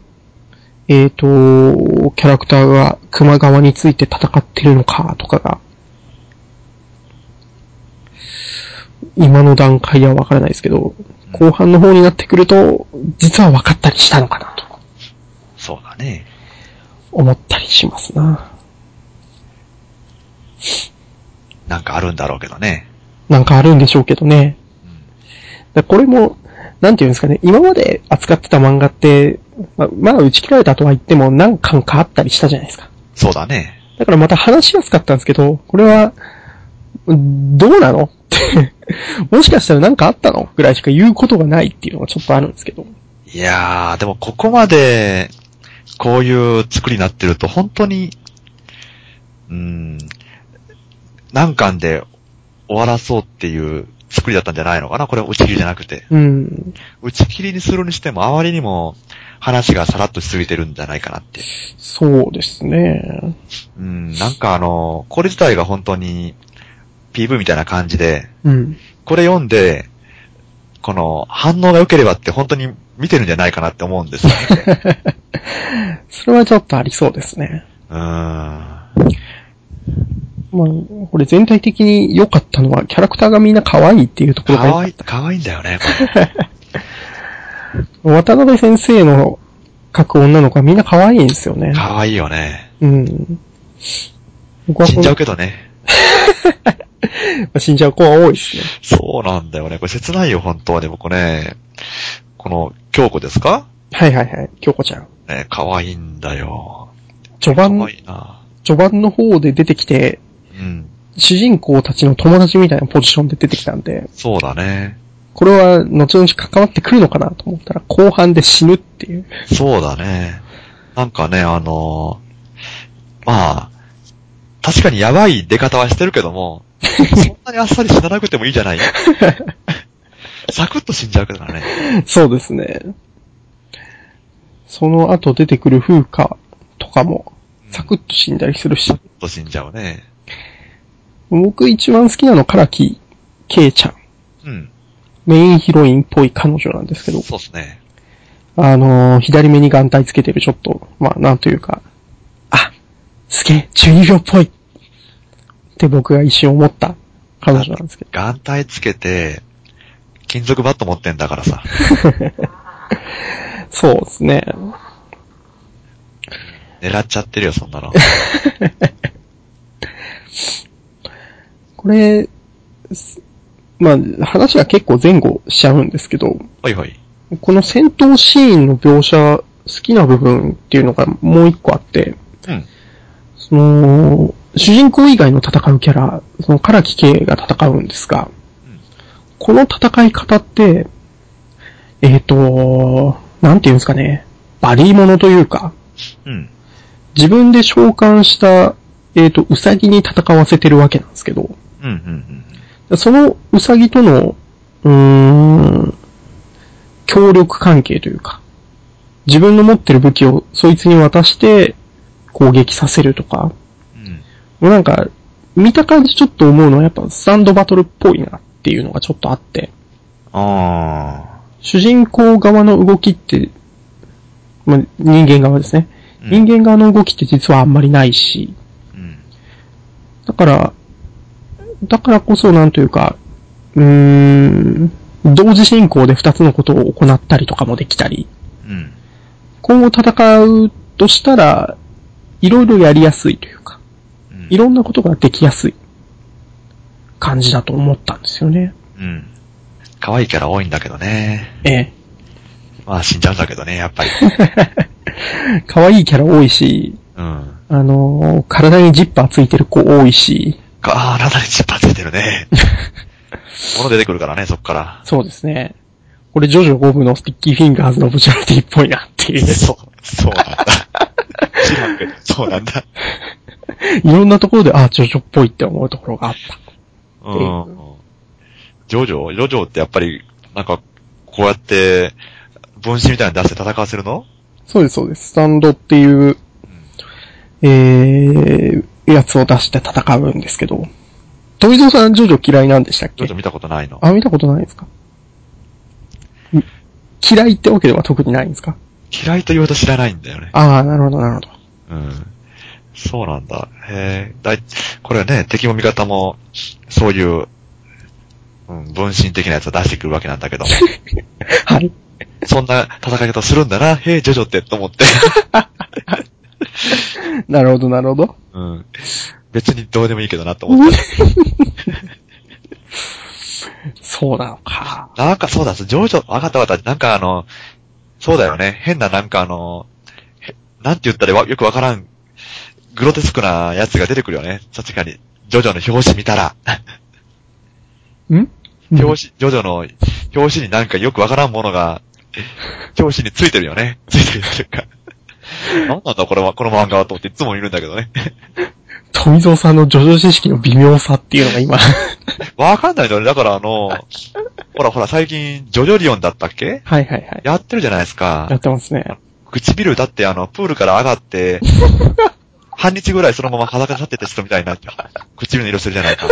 Speaker 1: えっ、と、キャラクターが熊側について戦ってるのかとかが、今の段階ではわからないですけど、
Speaker 2: うん
Speaker 1: 後半の方になってくると、実は分かったりしたのかなと
Speaker 2: そうだね。
Speaker 1: 思ったりしますな。
Speaker 2: なんかあるんだろうけどね。
Speaker 1: なんかあるんでしょうけどね。
Speaker 2: うん
Speaker 1: だこれも、なんていうんですかね、今まで扱ってた漫画って、まあ、まあ打ち切られたとは言っても何巻かあったりしたじゃないですか。
Speaker 2: そうだね。
Speaker 1: だからまた話しやすかったんですけど、これは、どうなの [LAUGHS] って、もしかしたら何かあったのぐらいしか言うことがないっていうのがちょっとあるんですけど。
Speaker 2: いやー、でもここまで、こういう作りになってると、本当に、うーん、何巻で終わらそうっていう作りだったんじゃないのかなこれ打ち切りじゃなくて。
Speaker 1: うん。
Speaker 2: 打ち切りにするにしても、あまりにも話がさらっとしすぎてるんじゃないかなって。
Speaker 1: そうですね。
Speaker 2: うん、なんかあの、これ自体が本当に PV みたいな感じで、
Speaker 1: うん。
Speaker 2: これ読んで、この反応が良ければって本当に見てるんじゃないかなって思うんですよね。
Speaker 1: それはちょっとありそうですね。
Speaker 2: うーん。
Speaker 1: まあ、これ全体的に良かったのは、キャラクターがみんな可愛いっていうところが良
Speaker 2: か
Speaker 1: か
Speaker 2: わ
Speaker 1: っ
Speaker 2: いい、かわいいんだよね、こ
Speaker 1: [LAUGHS] 渡辺先生の書く女の子はみんな可愛いんですよね
Speaker 2: れ。。かわいい
Speaker 1: [LAUGHS]
Speaker 2: よね。
Speaker 1: うん。僕は
Speaker 2: 死
Speaker 1: こ
Speaker 2: んじゃ
Speaker 1: の
Speaker 2: うけどね。
Speaker 1: 死んじゃう子は多いですね。
Speaker 2: そうなんだよね。これ切ないよ、本当に。僕ね、この、京子ですか
Speaker 1: はいはいはい。京子ちゃん。
Speaker 2: ね、かわいいんだよ。
Speaker 1: 序
Speaker 2: か
Speaker 1: 盤
Speaker 2: わ、いいな。
Speaker 1: 序盤の方で出てきて、
Speaker 2: うん。
Speaker 1: 主人公たちの友達みたいなポジションで出てきたんで、
Speaker 2: そうだね。
Speaker 1: これは後々関わってくるのかなと思ったら、後半で死ぬっていう。 [LAUGHS]
Speaker 2: そうだね。なんかね、あのーまあ、確かにやばい出方はしてるけども、そんなにあっさり死ななくてもいい
Speaker 1: [LAUGHS]
Speaker 2: じゃないサクッと死んじゃうけどね。
Speaker 1: そうですね。その後出てくる風花とかも、サクッと死んだりするし、
Speaker 2: と死んじゃうね。
Speaker 1: 僕一番好きなの、唐木ケイちゃん。
Speaker 2: うん。
Speaker 1: メインヒロインっぽい彼女なんですけど、
Speaker 2: そうですね。
Speaker 1: あのー左目に眼帯つけてるちょっと、まあ、なんというか、あ、すげえ、12秒っぽいって僕が一瞬思った彼女なんですけど、
Speaker 2: 眼帯つけて、金属バット持ってんだから [LAUGHS] さ。
Speaker 1: そうですね。
Speaker 2: 狙っちゃってるよ、そん [LAUGHS] なの。
Speaker 1: これ、すまあ、話が結構前後しちゃうんですけど、
Speaker 2: ほいほい。
Speaker 1: この戦闘シーンの描写、好きな部分っていうのがもう一個あって、
Speaker 2: うん。
Speaker 1: その、主人公以外の戦うキャラ、その唐木圭が戦うんですが、
Speaker 2: うん
Speaker 1: この戦い方って、えっ、と、なんていうんですかね、バディものというか、
Speaker 2: うん。
Speaker 1: 自分で召喚した、えっ、と、ウサギに戦わせてるわけなんですけど、
Speaker 2: うん、うん、うん。
Speaker 1: そのウサギとの、うーん、協力関係というか、自分の持ってる武器をそいつに渡して攻撃させるとか、
Speaker 2: うん。
Speaker 1: もうなんか、見た感じちょっと思うのはやっぱスタンドバトルっぽいなっていうのがちょっとあって、
Speaker 2: あ
Speaker 1: 主人公側の動きって、まあ、人間側ですね。
Speaker 2: ー。
Speaker 1: 人間側の動きって実はあんまりないし、
Speaker 2: うん。
Speaker 1: だから、だからこそなんというか、うーん、同時進行で二つのことを行ったりとかもできたり、
Speaker 2: うん。
Speaker 1: 今後戦うとしたら、いろいろやりやすいというか、
Speaker 2: うん。
Speaker 1: いろんなことができやすい感じだと思ったんですよね。
Speaker 2: うん。可愛いキャラ多いんだけどね。
Speaker 1: ええ。
Speaker 2: まあ死んじゃうんだけどね、やっ [LAUGHS] ぱり。
Speaker 1: 可愛いキャラ多いし、
Speaker 2: うん。
Speaker 1: あのー体にジッパーついてる子多いし、
Speaker 2: か、ああ、なたにチッパーついてる [LAUGHS] ね。物出てくるからね、そっから。
Speaker 1: そうですね。これジョジョ5部のスティッキーフィンガーズのオブジュラティっぽいなって [LAUGHS] いう。
Speaker 2: そう、そうなんだ。知らんけど [LAUGHS] そうなんだ。
Speaker 1: いろんなところで、あ、ジョジョっぽいって思うところがあった。
Speaker 2: うん。ジョジョジョジョってやっぱり、なんか、こうやって、分身みたいなの出して戦わせるの
Speaker 1: そうです、そうです。スタンドっていう、えー、やつを出して戦うんですけど。富蔵さん、ジョジョ嫌いなんでしたっ
Speaker 2: ジ
Speaker 1: け
Speaker 2: ョジョ見たことないの
Speaker 1: あ、見たことないですかん嫌いってわけでは特にないんですか
Speaker 2: 嫌いと言うと知らないんだよね。
Speaker 1: ああ、なるほど、なるほど。
Speaker 2: うん。そうなんだ。へえ。だい、これね、敵も味方も、そういう、うん、分身的なやつを出してくるわけなんだけど、
Speaker 1: はい。
Speaker 2: そんな戦い方するんだな、へえ、ジョジョって、と思って。
Speaker 1: [LAUGHS] なるほど、なるほど。
Speaker 2: うん。別にどうでもいいけどな、と思って。
Speaker 1: そうなのか。
Speaker 2: なんかそうだ、ジョジョ、わかったわかった。なんかあの、そうだよね。変ななんかあの、へなんて言ったらわよくわからん、グロテスクなやつが出てくるよね。確かに。ジョジョの表紙見たら。
Speaker 1: ん表
Speaker 2: 表紙、ジョジョの表紙になんかよくわからんものが、表紙についてるよね。ついてるというか。なんなんだこれは、この漫画はと思っていつもいるんだけどね。
Speaker 1: 富蔵さんのジョジョ知識の微妙さっていうのが [LAUGHS] 今。
Speaker 2: わかんないのね。だからあの、ほらほら最近、ジョジョリオンだったっけ
Speaker 1: はいはいはい。
Speaker 2: やってるじゃないですか。
Speaker 1: やってますね。
Speaker 2: 唇だってあの、プールから上がって、
Speaker 1: [LAUGHS]
Speaker 2: 半日ぐらいそのまま裸に立ってた人みたいな、唇の色するじ
Speaker 1: [LAUGHS]
Speaker 2: ゃないか。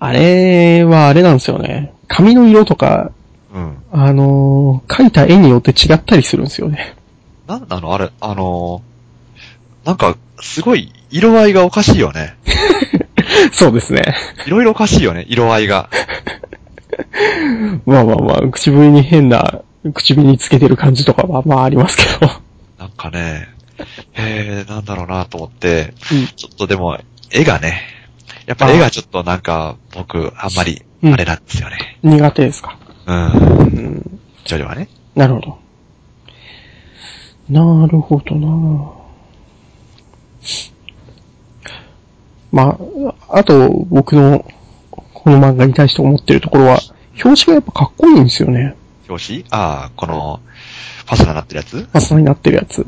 Speaker 1: あれはあれなんですよね。髪の色とか、
Speaker 2: うん。
Speaker 1: あのー、描いた絵によって違ったりするんですよね。
Speaker 2: なんなのあれ、あのーなんか、すごい、色合いがおかしいよね。
Speaker 1: [LAUGHS] そうですね。
Speaker 2: いろいろおかしいよね、色合いが。
Speaker 1: [LAUGHS] まあまあまあ、唇に変な、唇につけてる感じとかはまあありますけど。
Speaker 2: なんかね、へえ、なんだろうなと思って、
Speaker 1: うん
Speaker 2: ちょっとでも、絵がね、やっぱり絵がちょっとなんか、僕、あんまり、
Speaker 1: うん
Speaker 2: あれなんですよね。
Speaker 1: 苦手ですか。
Speaker 2: うん。
Speaker 1: うん。
Speaker 2: ジョジョはね。
Speaker 1: なるほど。なるほどなまあ、あと、僕の、この漫画に対して思ってるところは、表紙がやっぱかっこいいんですよね。
Speaker 2: 表紙ああ、この、ファスナーなってるやつ
Speaker 1: マスになってるやつ。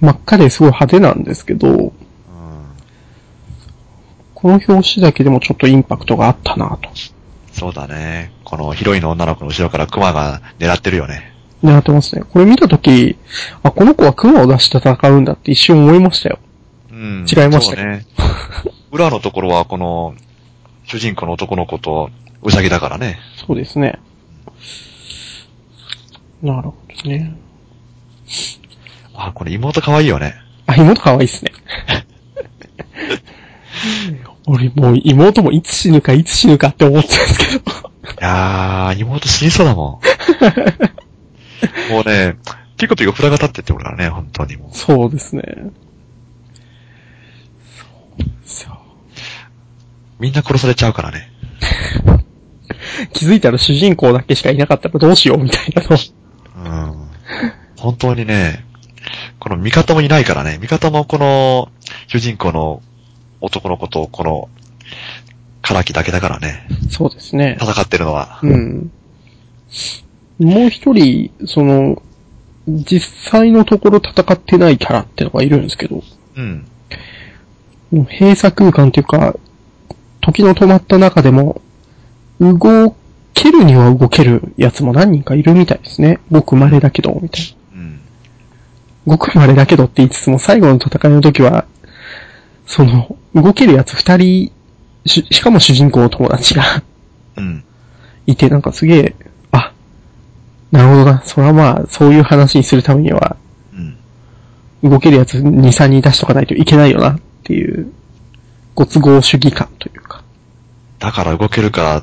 Speaker 1: 真っ赤ですごい派手なんですけど、
Speaker 2: うん。
Speaker 1: この表紙だけでもちょっとインパクトがあったなと。
Speaker 2: そうだね。このヒロインの女の子の後ろからクマが狙ってるよね。
Speaker 1: 狙ってますね。これ見たとき、あ、この子はクマを出して戦うんだって一瞬思いましたよ。
Speaker 2: うん
Speaker 1: 違いました
Speaker 2: そうね。裏のところはこの、主人公の男の子とウサギだからね。
Speaker 1: そうですね。なるほどね。
Speaker 2: あ、これ妹可愛いよね。
Speaker 1: あ、妹可愛いっすね。 [LAUGHS] 俺もう妹もいつ死ぬかいつ死ぬかって思ってたんですけど。
Speaker 2: いやー、妹死にそうだも
Speaker 1: [LAUGHS]
Speaker 2: ん。もうね、ピコピコフラが立ってって俺からね、本当にも
Speaker 1: [LAUGHS]
Speaker 2: う。
Speaker 1: そうですね。そうですよ。
Speaker 2: みんな殺されちゃうからね。
Speaker 1: 気づいたら主人公だけしかいなかったらどうしようみたいなの。
Speaker 2: うん。本当にね、この味方もいないからね、味方もこの、主人公の男の子とこの、カラキだけだからね。
Speaker 1: そうですね。
Speaker 2: 戦ってるのは。
Speaker 1: うん。もう一人、その、実際のところ戦ってないキャラってのがいるんですけど、
Speaker 2: うん。
Speaker 1: 閉鎖空間というか、時の止まった中でも、動けるには動けるやつも何人かいるみたいですね。ごく稀だけど、みたいな。
Speaker 2: うん。
Speaker 1: ごく稀だけどって言いつつも最後の戦いの時は、その、動けるやつ二人、し、しかも主人公の友達が、 [LAUGHS]
Speaker 2: うん。
Speaker 1: いて、なんかすげえ、あ、なるほどな。それはまあ、そういう話にするためには、
Speaker 2: うん。
Speaker 1: 動けるやつ2、3人出しとかないといけないよなっていう、ご都合主義感というか。
Speaker 2: だから動けるから、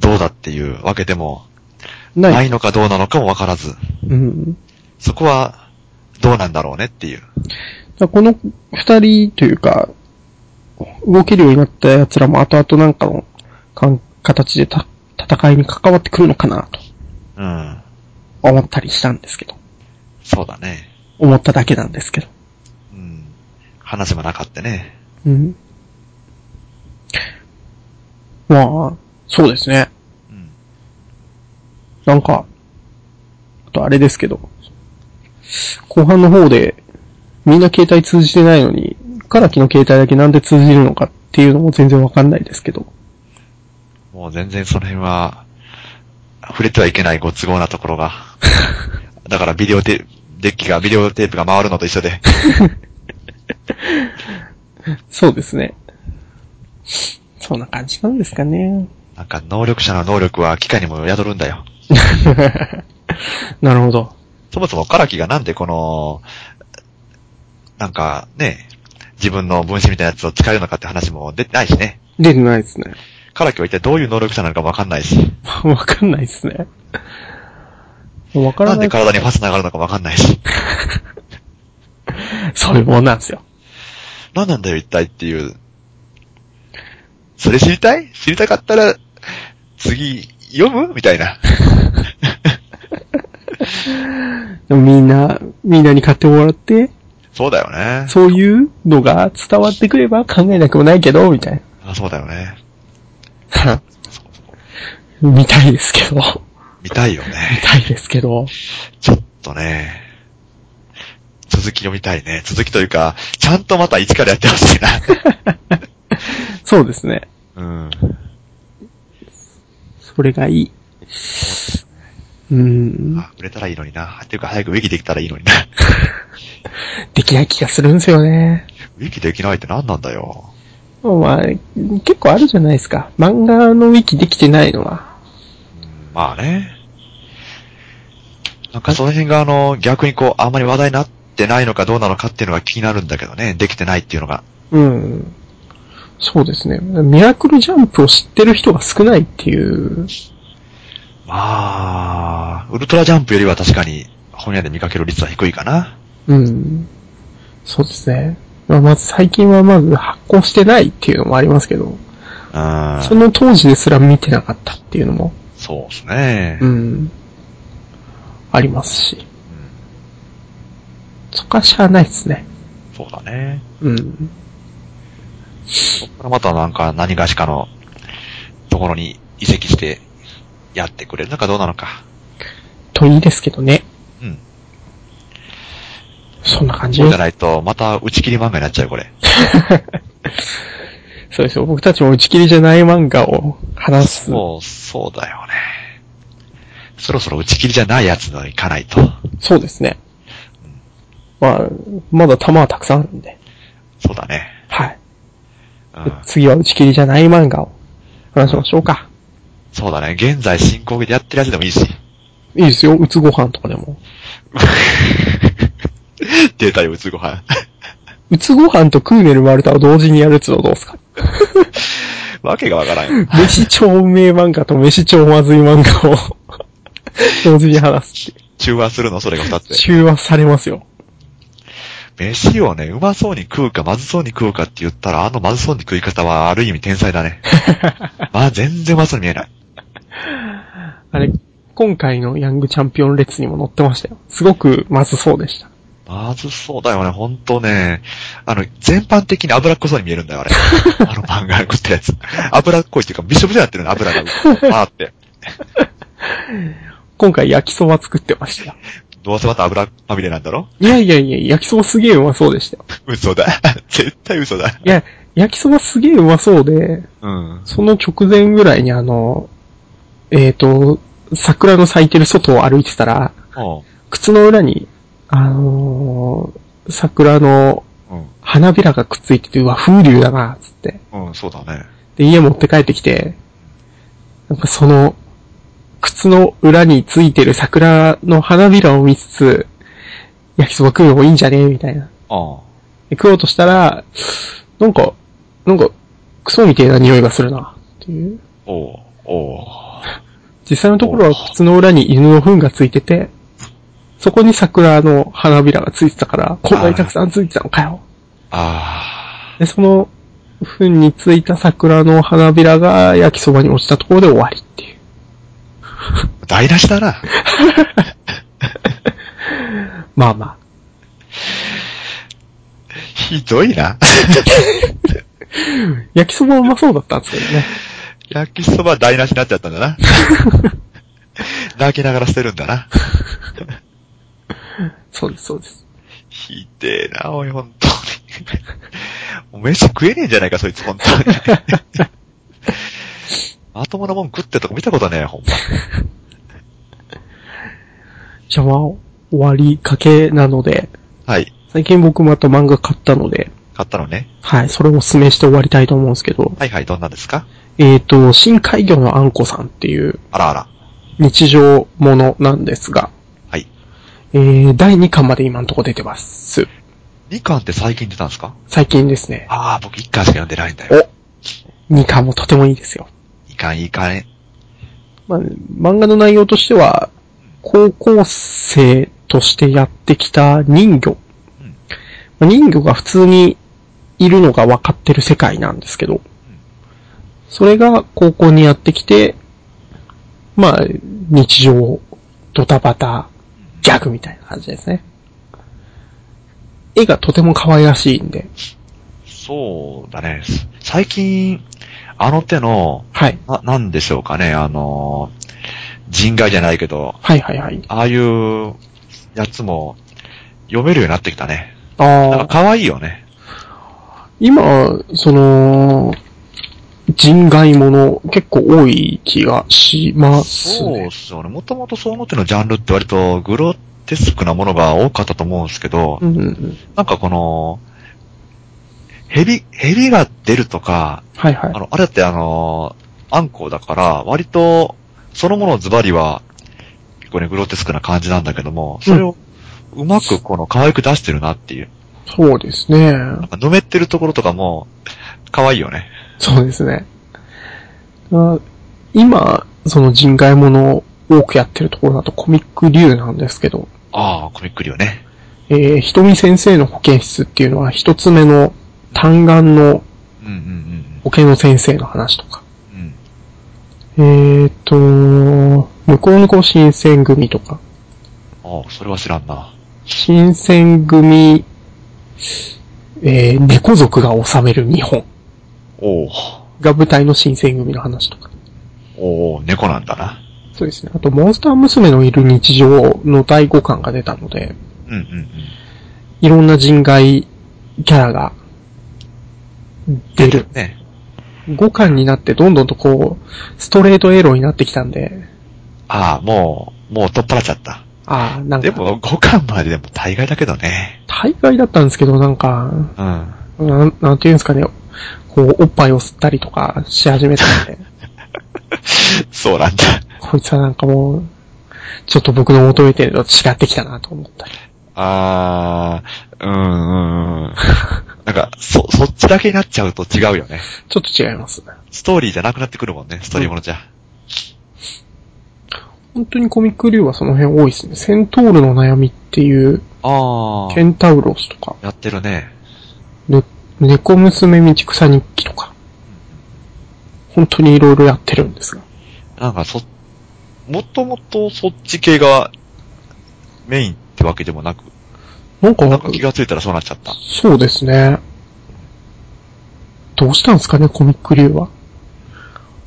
Speaker 2: どうだっていうわけでも、
Speaker 1: ない。
Speaker 2: ないのかどうなのかもわからず、
Speaker 1: うん。
Speaker 2: そこは、どうなんだろうねっていう。
Speaker 1: だからこの2人というか、動けるようになったやつらも後々なんかのかん形でた戦いに関わってくるのかなと
Speaker 2: うん。
Speaker 1: 思ったりしたんですけど。
Speaker 2: そうだね。
Speaker 1: 思っただけなんですけど。
Speaker 2: うん。話もなかったね。
Speaker 1: うん。まあ、そうですね。
Speaker 2: うん。
Speaker 1: なんか、あとあれですけど、後半の方で、みんな携帯通じてないのに、カラキの携帯だけなんで通じるのかっていうのも全然わかんないですけど、
Speaker 2: もう全然その辺は、触れてはいけないご都合なところが。だからビデオテープ、デッキが、ビデオテープが回るのと一緒で。
Speaker 1: そうですね。そんな感じなんですかね。
Speaker 2: なんか能力者の能力は機械にも宿るんだよ。
Speaker 1: なるほど。
Speaker 2: そもそもカラキがなんでこの、なんかね、自分の分子みたいなやつを使えるのかって話も出てないしね。
Speaker 1: 出てないですね。 [LAUGHS]
Speaker 2: カラキは一体どういう能力者なのかもわかんないし。
Speaker 1: わかんないですね。わか
Speaker 2: な
Speaker 1: ら
Speaker 2: ん
Speaker 1: な
Speaker 2: で
Speaker 1: い。
Speaker 2: 体にファスナーがあるのかもわかんないし。
Speaker 1: そういうもんなんですよ。
Speaker 2: 何なんだよ一体っていう。それ知りたい知りたかったら、次、読むみたいな。
Speaker 1: でもみんな、みんなに買ってもらって、
Speaker 2: そうだよね。
Speaker 1: そういうのが伝わってくれば考えなくもないけど、みたい
Speaker 2: あそうだよね。
Speaker 1: な。 [LAUGHS]
Speaker 2: そうそう
Speaker 1: 見たいですけ [LAUGHS] ど。
Speaker 2: 見たいよ
Speaker 1: 見
Speaker 2: ね。
Speaker 1: たいですけど。 [LAUGHS]
Speaker 2: ちょっとね。続き読みたいね。続きというか、ちゃんとまた一からやってほしい
Speaker 1: そうですね。
Speaker 2: な。うん。
Speaker 1: それがいい。うーん。
Speaker 2: あ売れたらいいのにな。っていうか早くウィキできたらいいのにな。
Speaker 1: できない気がするんですよね。
Speaker 2: ウィキできないって何なんだよ。
Speaker 1: まあ、結構あるじゃないですか。漫画のウィキできてないのは。
Speaker 2: うんまあね。なんかその辺があの、逆にこう、あんまり話題になってないのかどうなのかっていうのが気になるんだけどね。できてないっていうのが。
Speaker 1: うん。そうですね。ミラクルジャンプを知ってる人が少ないっていう。
Speaker 2: まあ、ウルトラジャンプよりは確かに本屋で見かける率は低いかな。
Speaker 1: うん。そうですね。まあ、まず最近はまず発行してないっていうのもありますけど、
Speaker 2: うん。
Speaker 1: その当時ですら見てなかったっていうのも、
Speaker 2: そうですね。
Speaker 1: うん。ありますし。そっからしゃあないですね。
Speaker 2: そうだね。
Speaker 1: うん。
Speaker 2: そこからまたなんか何がしかのところに移籍してやってくれるのかどうなのか。
Speaker 1: といいですけどね。
Speaker 2: うん。
Speaker 1: そんな感じ
Speaker 2: そうじゃないと、また打ち切り漫画になっちゃう、これ。
Speaker 1: そうですよ。僕たちも打ち切りじゃない漫画を話す。
Speaker 2: もう、そうだよね。そろそろ打ち切りじゃないやつの行かないと。
Speaker 1: そうですね。まあ、まだ弾はたくさんあるんで。
Speaker 2: そうだね。
Speaker 1: はい。
Speaker 2: うん。
Speaker 1: 次は打ち切りじゃない漫画を話しましょうか。
Speaker 2: そうだね。現在進行形でやってるやつでもいいし。
Speaker 1: いいですよ。うつご飯とかでも。
Speaker 2: データよ、うつご飯。
Speaker 1: うつご飯とクーネル丸太を同時にやるっつうのどうですか
Speaker 2: わけがわからんよ。
Speaker 1: 飯超うめえ漫画と飯超まずい漫画 [LAUGHS] を同時に話すってい
Speaker 2: 中和するの、それが二つ
Speaker 1: う。
Speaker 2: で。
Speaker 1: 中和されますよ。
Speaker 2: 飯をね、うまそうに食うか、まずそうに食うかって言ったら、あのまずそうに食い方はある意味天才だね。まあ、全然うまそうに見えない。
Speaker 1: あれ、今回のヤングチャンピオン列にも載ってましたよ。すごくまずそうでした。
Speaker 2: まずそうだよね、ほんとね。あの、全般的に脂っこそうに見えるんだよ、あ [LAUGHS] れ。あの漫画の食ったやつ。脂っこいっていうか、びしょびしょになってるの、油が。あーって。
Speaker 1: 今回焼きそば作ってましたよ。
Speaker 2: どうせまた油まみれなんだろ
Speaker 1: いやいやいや、焼きそばすげえうまそうでしたよ。
Speaker 2: 嘘だ。 [LAUGHS] 絶対嘘だ。
Speaker 1: いや、焼きそばすげえうまそうで、
Speaker 2: うん。
Speaker 1: その直前ぐらいにあの、えっ、と、桜の咲いてる外を歩いてたら、
Speaker 2: おう
Speaker 1: 靴の裏に、あのー桜の
Speaker 2: う
Speaker 1: 花びらがくっついてて、うわ、風流だな、つって。
Speaker 2: ん。うん、そうだね。
Speaker 1: で、家持って帰ってきて、なんかその、靴の裏についてる桜の花びらを見つつ、焼きそば食うのもいいんじゃねみたいな。
Speaker 2: あ
Speaker 1: で食おうとしたら、なんか、なんか、クソみたいな匂いがするな、っていう。
Speaker 2: おうおう
Speaker 1: 実際のところは靴の裏に犬の糞がついてて、そこに桜の花びらがついてたから、こんなにたくさんついてたのかよ。
Speaker 2: あ
Speaker 1: で、その糞についた桜の花びらが焼きそばに落ちたところで終わりっていう。
Speaker 2: あ。台無しだな。 [LAUGHS]
Speaker 1: まあまあ。
Speaker 2: ひどいな。
Speaker 1: 焼きそばうまそうだったんですけどね。
Speaker 2: 焼きそば台無しになっちゃったんだ [LAUGHS] な。泣きながら捨てるんだな。
Speaker 1: そうです、そうです。
Speaker 2: ひでえな、おい、本当に。 [LAUGHS] もう飯食えねえんじゃないか、そいつ、本当に。 [LAUGHS] まともなもん食ってるとこ見たことねえよ、ほんま。
Speaker 1: じゃあまあ、終わりかけなので、
Speaker 2: はい。
Speaker 1: 最近僕また漫画買ったので、
Speaker 2: 買ったのね。
Speaker 1: はい、それをお勧めして終わりたいと思うんですけど、
Speaker 2: はいはい、どんなんですか
Speaker 1: えっ、と、深海魚のあんこさんっていう
Speaker 2: あらあら。
Speaker 1: 日常ものなんですが、
Speaker 2: はい。
Speaker 1: えー、第2巻まで今のとこ出てます。
Speaker 2: 2巻って最近出たんですか
Speaker 1: 最近ですね。
Speaker 2: ああ、僕1巻しか読んでないんだよ。
Speaker 1: 2巻もとてもいいですよ。
Speaker 2: 2巻いいかね。
Speaker 1: まあ、漫画の内容としては、高校生としてやってきた人魚。まあ人魚が普通にいるのが分かってる世界なんですけど、それが高校にやってきて、まあ、日常、ドタバタ、ギャグみたいな感じですね。絵がとても可愛らしいんで、
Speaker 2: そうだね。最近、あの手の、
Speaker 1: はい。
Speaker 2: な、なんでしょうかね、あのー人外じゃないけど、
Speaker 1: はいはいはい。
Speaker 2: ああいうやつも読めるようになってきたね。なん
Speaker 1: あ
Speaker 2: か
Speaker 1: あ、
Speaker 2: 可愛いよね。
Speaker 1: 今、その、人外物結構多い気がします
Speaker 2: そう
Speaker 1: ね
Speaker 2: っ。すよね。もともとその手のジャンルって割とグロテスクなものが多かったと思うんですけど、
Speaker 1: うんうんうん。
Speaker 2: なんかこの、ヘビ、ヘビが出るとか、
Speaker 1: はいはい
Speaker 2: あ。の、あれってあのー、アンコウだから、割と、そのものズバリは、結構ね、グロテスクな感じなんだけども、それを、うまくこの、可愛く出してるなっていう。
Speaker 1: そうですね。
Speaker 2: なんか、ぬめってるところとかも、可愛いよね。
Speaker 1: そうですね。あ今、その人外物を多くやってるところだとコミック流なんですけど、
Speaker 2: ああ、コミックリよね。
Speaker 1: えー、ひとみ先生の保健室っていうのは一つ目の単眼の
Speaker 2: うんうん
Speaker 1: 保健の先生の話とか、
Speaker 2: うん。うん。
Speaker 1: えーと、向こうの子新選組とか、
Speaker 2: ああ、それは知らんな。
Speaker 1: 新選組、えー、猫族が治める日本
Speaker 2: おお
Speaker 1: が舞台の新選組の話とか。
Speaker 2: おお猫なんだな。
Speaker 1: そうですね。あと、モンスター娘のいる日常の第5巻が出たので、
Speaker 2: うんうんうん。
Speaker 1: いろんな人外キャラが出る。
Speaker 2: ね。
Speaker 1: 5巻になってどんどんとこう、ストレートエロになってきたんで、
Speaker 2: ああ、もう、もう取っ払っちゃった。
Speaker 1: ああ、なん
Speaker 2: で
Speaker 1: か、
Speaker 2: も、5巻まででも大概だけどね。
Speaker 1: 大会だったんですけど、なんか、
Speaker 2: うん。
Speaker 1: なんなんていうんですかね、こう、おっぱいを吸ったりとかし始めたん [LAUGHS] で、
Speaker 2: そうなんだ。
Speaker 1: こいつはなんかもう、ちょっと僕の求めてるのと違ってきたなと思ったり。
Speaker 2: あー、うんうん [LAUGHS] うん。なんか、そ、そっちだけになっちゃうと違うよね。
Speaker 1: ちょっと違います。
Speaker 2: ストーリーじゃなくなってくるもんね、ストーリーものじゃ。
Speaker 1: 本当にコミック流はその辺多いですね。セントールの悩みっていう、
Speaker 2: あ
Speaker 1: ケ
Speaker 2: ー、
Speaker 1: ンタウロスとか、
Speaker 2: やってるね。
Speaker 1: ね、猫娘道草日記とか、本当にいろいろやってるんですが。
Speaker 2: なんか、そ、もともとそっち系がメインってわけでもなく、
Speaker 1: なんか、
Speaker 2: なんか気がついたらそうなっちゃった。
Speaker 1: そうですね。どうしたんですかね、コミック流は。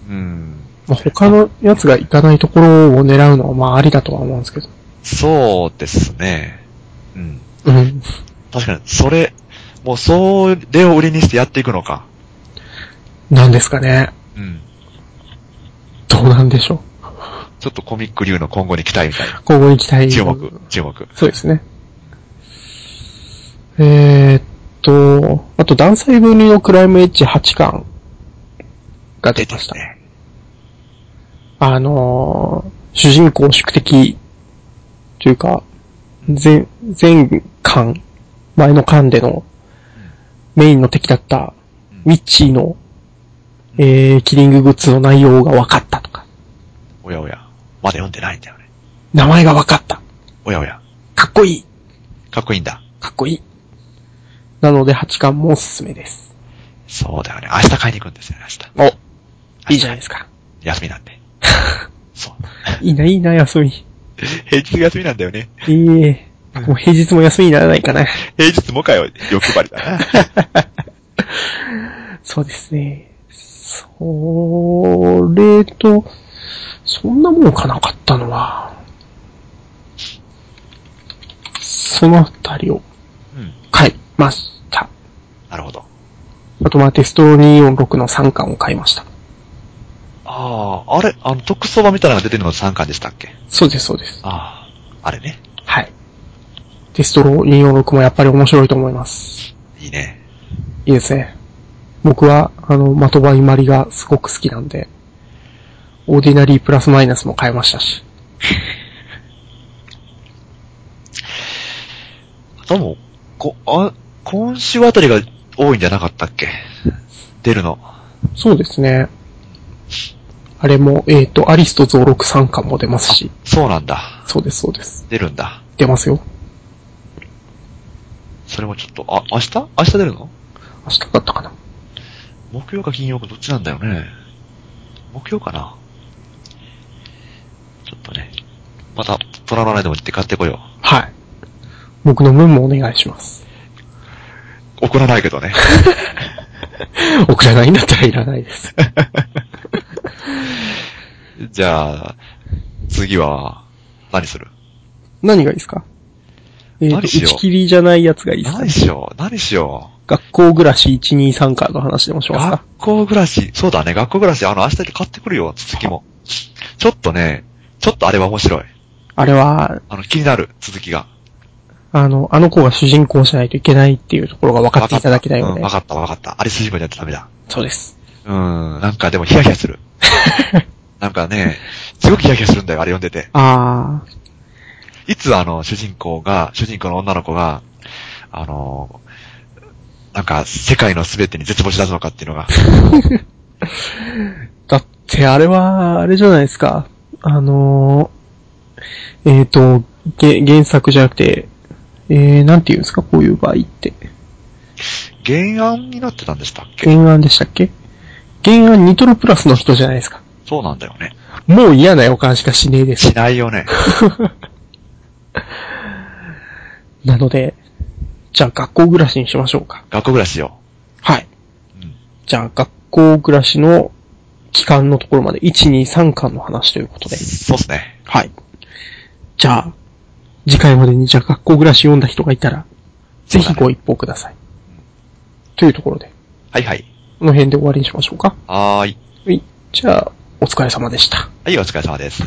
Speaker 2: うん。
Speaker 1: まあ、他のやつが行かないところを狙うのはまあありだとは思うんですけど。
Speaker 2: そうですね。うん。
Speaker 1: うん。
Speaker 2: 確かに、それ、もうそれを売りにしてやっていくのか。
Speaker 1: なんですかね。
Speaker 2: うん。
Speaker 1: どうなんでしょう。
Speaker 2: ちょっとコミック流の今後に期待みたいな。
Speaker 1: 今後に期待。
Speaker 2: 注目、注目。
Speaker 1: そうですね。えー、っと、あと、断裁分離のクライムエッジ8巻が出ました。
Speaker 2: ね。
Speaker 1: あのー主人公宿敵というか、前、前巻、前の巻でのメインの敵だったミッチーの、えー、キリンググッズの内容が分かったとか、
Speaker 2: おやおや。まだ読んでないんだよね。
Speaker 1: 名前が分かった。
Speaker 2: おやおや。
Speaker 1: かっこいい。
Speaker 2: かっこいいんだ。
Speaker 1: かっこいい。なので8巻もおすすめです。
Speaker 2: そうだよね。明日買いに行くんですよね、明日。
Speaker 1: お、いいじゃないですか。
Speaker 2: 休みなんで。 [LAUGHS] そう。 [LAUGHS]
Speaker 1: いいな、いいな、休み。
Speaker 2: 平日が休みなんだよね。
Speaker 1: いいえ。もう平日も休みにならないかな。
Speaker 2: 平日もかよ、欲張り
Speaker 1: [LAUGHS]
Speaker 2: だな。
Speaker 1: そうですね。それと、そんなもんかなかったのは、そのあたりを
Speaker 2: うん。
Speaker 1: 買いました。
Speaker 2: なるほど。
Speaker 1: あと、まあ、テスト246の3巻を買いました。
Speaker 2: ああ、あれ、あの、特捜版みたいなのが出てるの3巻でしたっけ
Speaker 1: そうです、そうです。
Speaker 2: ああ、あれね。
Speaker 1: はい。テスト246もやっぱり面白いと思います。
Speaker 2: いいね。
Speaker 1: いいですね。僕は、あの、的場伊まりがすごく好きなんで、オーディナリープラスマイナスも買いましたし。
Speaker 2: でも、こ、あ、今週あたりが多いんじゃなかったっけ出るの。
Speaker 1: そうですね。あれも、えっ、と、アリスト増録3巻も出ますし、
Speaker 2: そうなんだ。
Speaker 1: そうです、そうです。
Speaker 2: 出るんだ。
Speaker 1: 出ますよ。
Speaker 2: それもちょっと、あ、明日明日出るの
Speaker 1: 明日だったかな。
Speaker 2: 木曜か金曜かどっちなんだよね。木曜かな。ちょっとね。また、トラノライでも行って買ってこよ
Speaker 1: はい。僕の分もお願いします。
Speaker 2: う。送らないけ
Speaker 1: [LAUGHS]
Speaker 2: どね。
Speaker 1: 送らないんだったらいらないです。
Speaker 2: じゃあ、次は、何する
Speaker 1: [LAUGHS] 何がいいですかえっ、と、打
Speaker 2: 何し
Speaker 1: ち
Speaker 2: よう
Speaker 1: 切りじゃないやつがいいですか、
Speaker 2: 何しよう何しよ
Speaker 1: 学校暮らし123回の話でもし
Speaker 2: う
Speaker 1: ますか
Speaker 2: 学校暮らし、そうだね、学校暮らし、あの、明日で買ってくるよ、続きも。ちょっとね、ちょっとあれは面白い。
Speaker 1: あれは、
Speaker 2: あの、気になる、続きが。
Speaker 1: あの、あの子が主人公じゃないといけないっていうところが分かっていただきたいの
Speaker 2: う
Speaker 1: で
Speaker 2: んわ。かった、わかった。あれ筋までやっちゃダメだ。
Speaker 1: そうです。
Speaker 2: うーん、なんかでもヒヤヒヤする。なんかね、すごくヒヤヒヤするんだよ、あれ読んでて。
Speaker 1: [LAUGHS] あー、
Speaker 2: いつあの、主人公が、主人公の女の子が、あのー、なんか、世界のすべてに絶望し出すのかっていうのが、
Speaker 1: だってあれは、あれじゃないですか。あのー、えっ、と、げ原作じゃなくて、えー、なんて言うんですかこういう場合って。
Speaker 2: 原案になってたんでしたっけ
Speaker 1: 原案でしたっけ原案ニトロプラスの人じゃないですか。
Speaker 2: そうなんだよね。
Speaker 1: もう嫌な予感しかしねえです
Speaker 2: し。ないよね。
Speaker 1: なので、じゃあ学校暮らしにしましょうか。
Speaker 2: 学校暮らしよ。
Speaker 1: はい。
Speaker 2: うん。
Speaker 1: じゃあ学校暮らしの期間のところまで1、2、3巻の話ということで。
Speaker 2: そうっすね。
Speaker 1: はい。じゃあ、次回までにじゃあ学校暮らし読んだ人がいたら、ぜひご一報ください。というところで、
Speaker 2: はいはい。
Speaker 1: この辺で終わりにしましょうか。
Speaker 2: はーい。
Speaker 1: はい。じゃあ、お疲れ様でした。
Speaker 2: はい、お疲れ様です。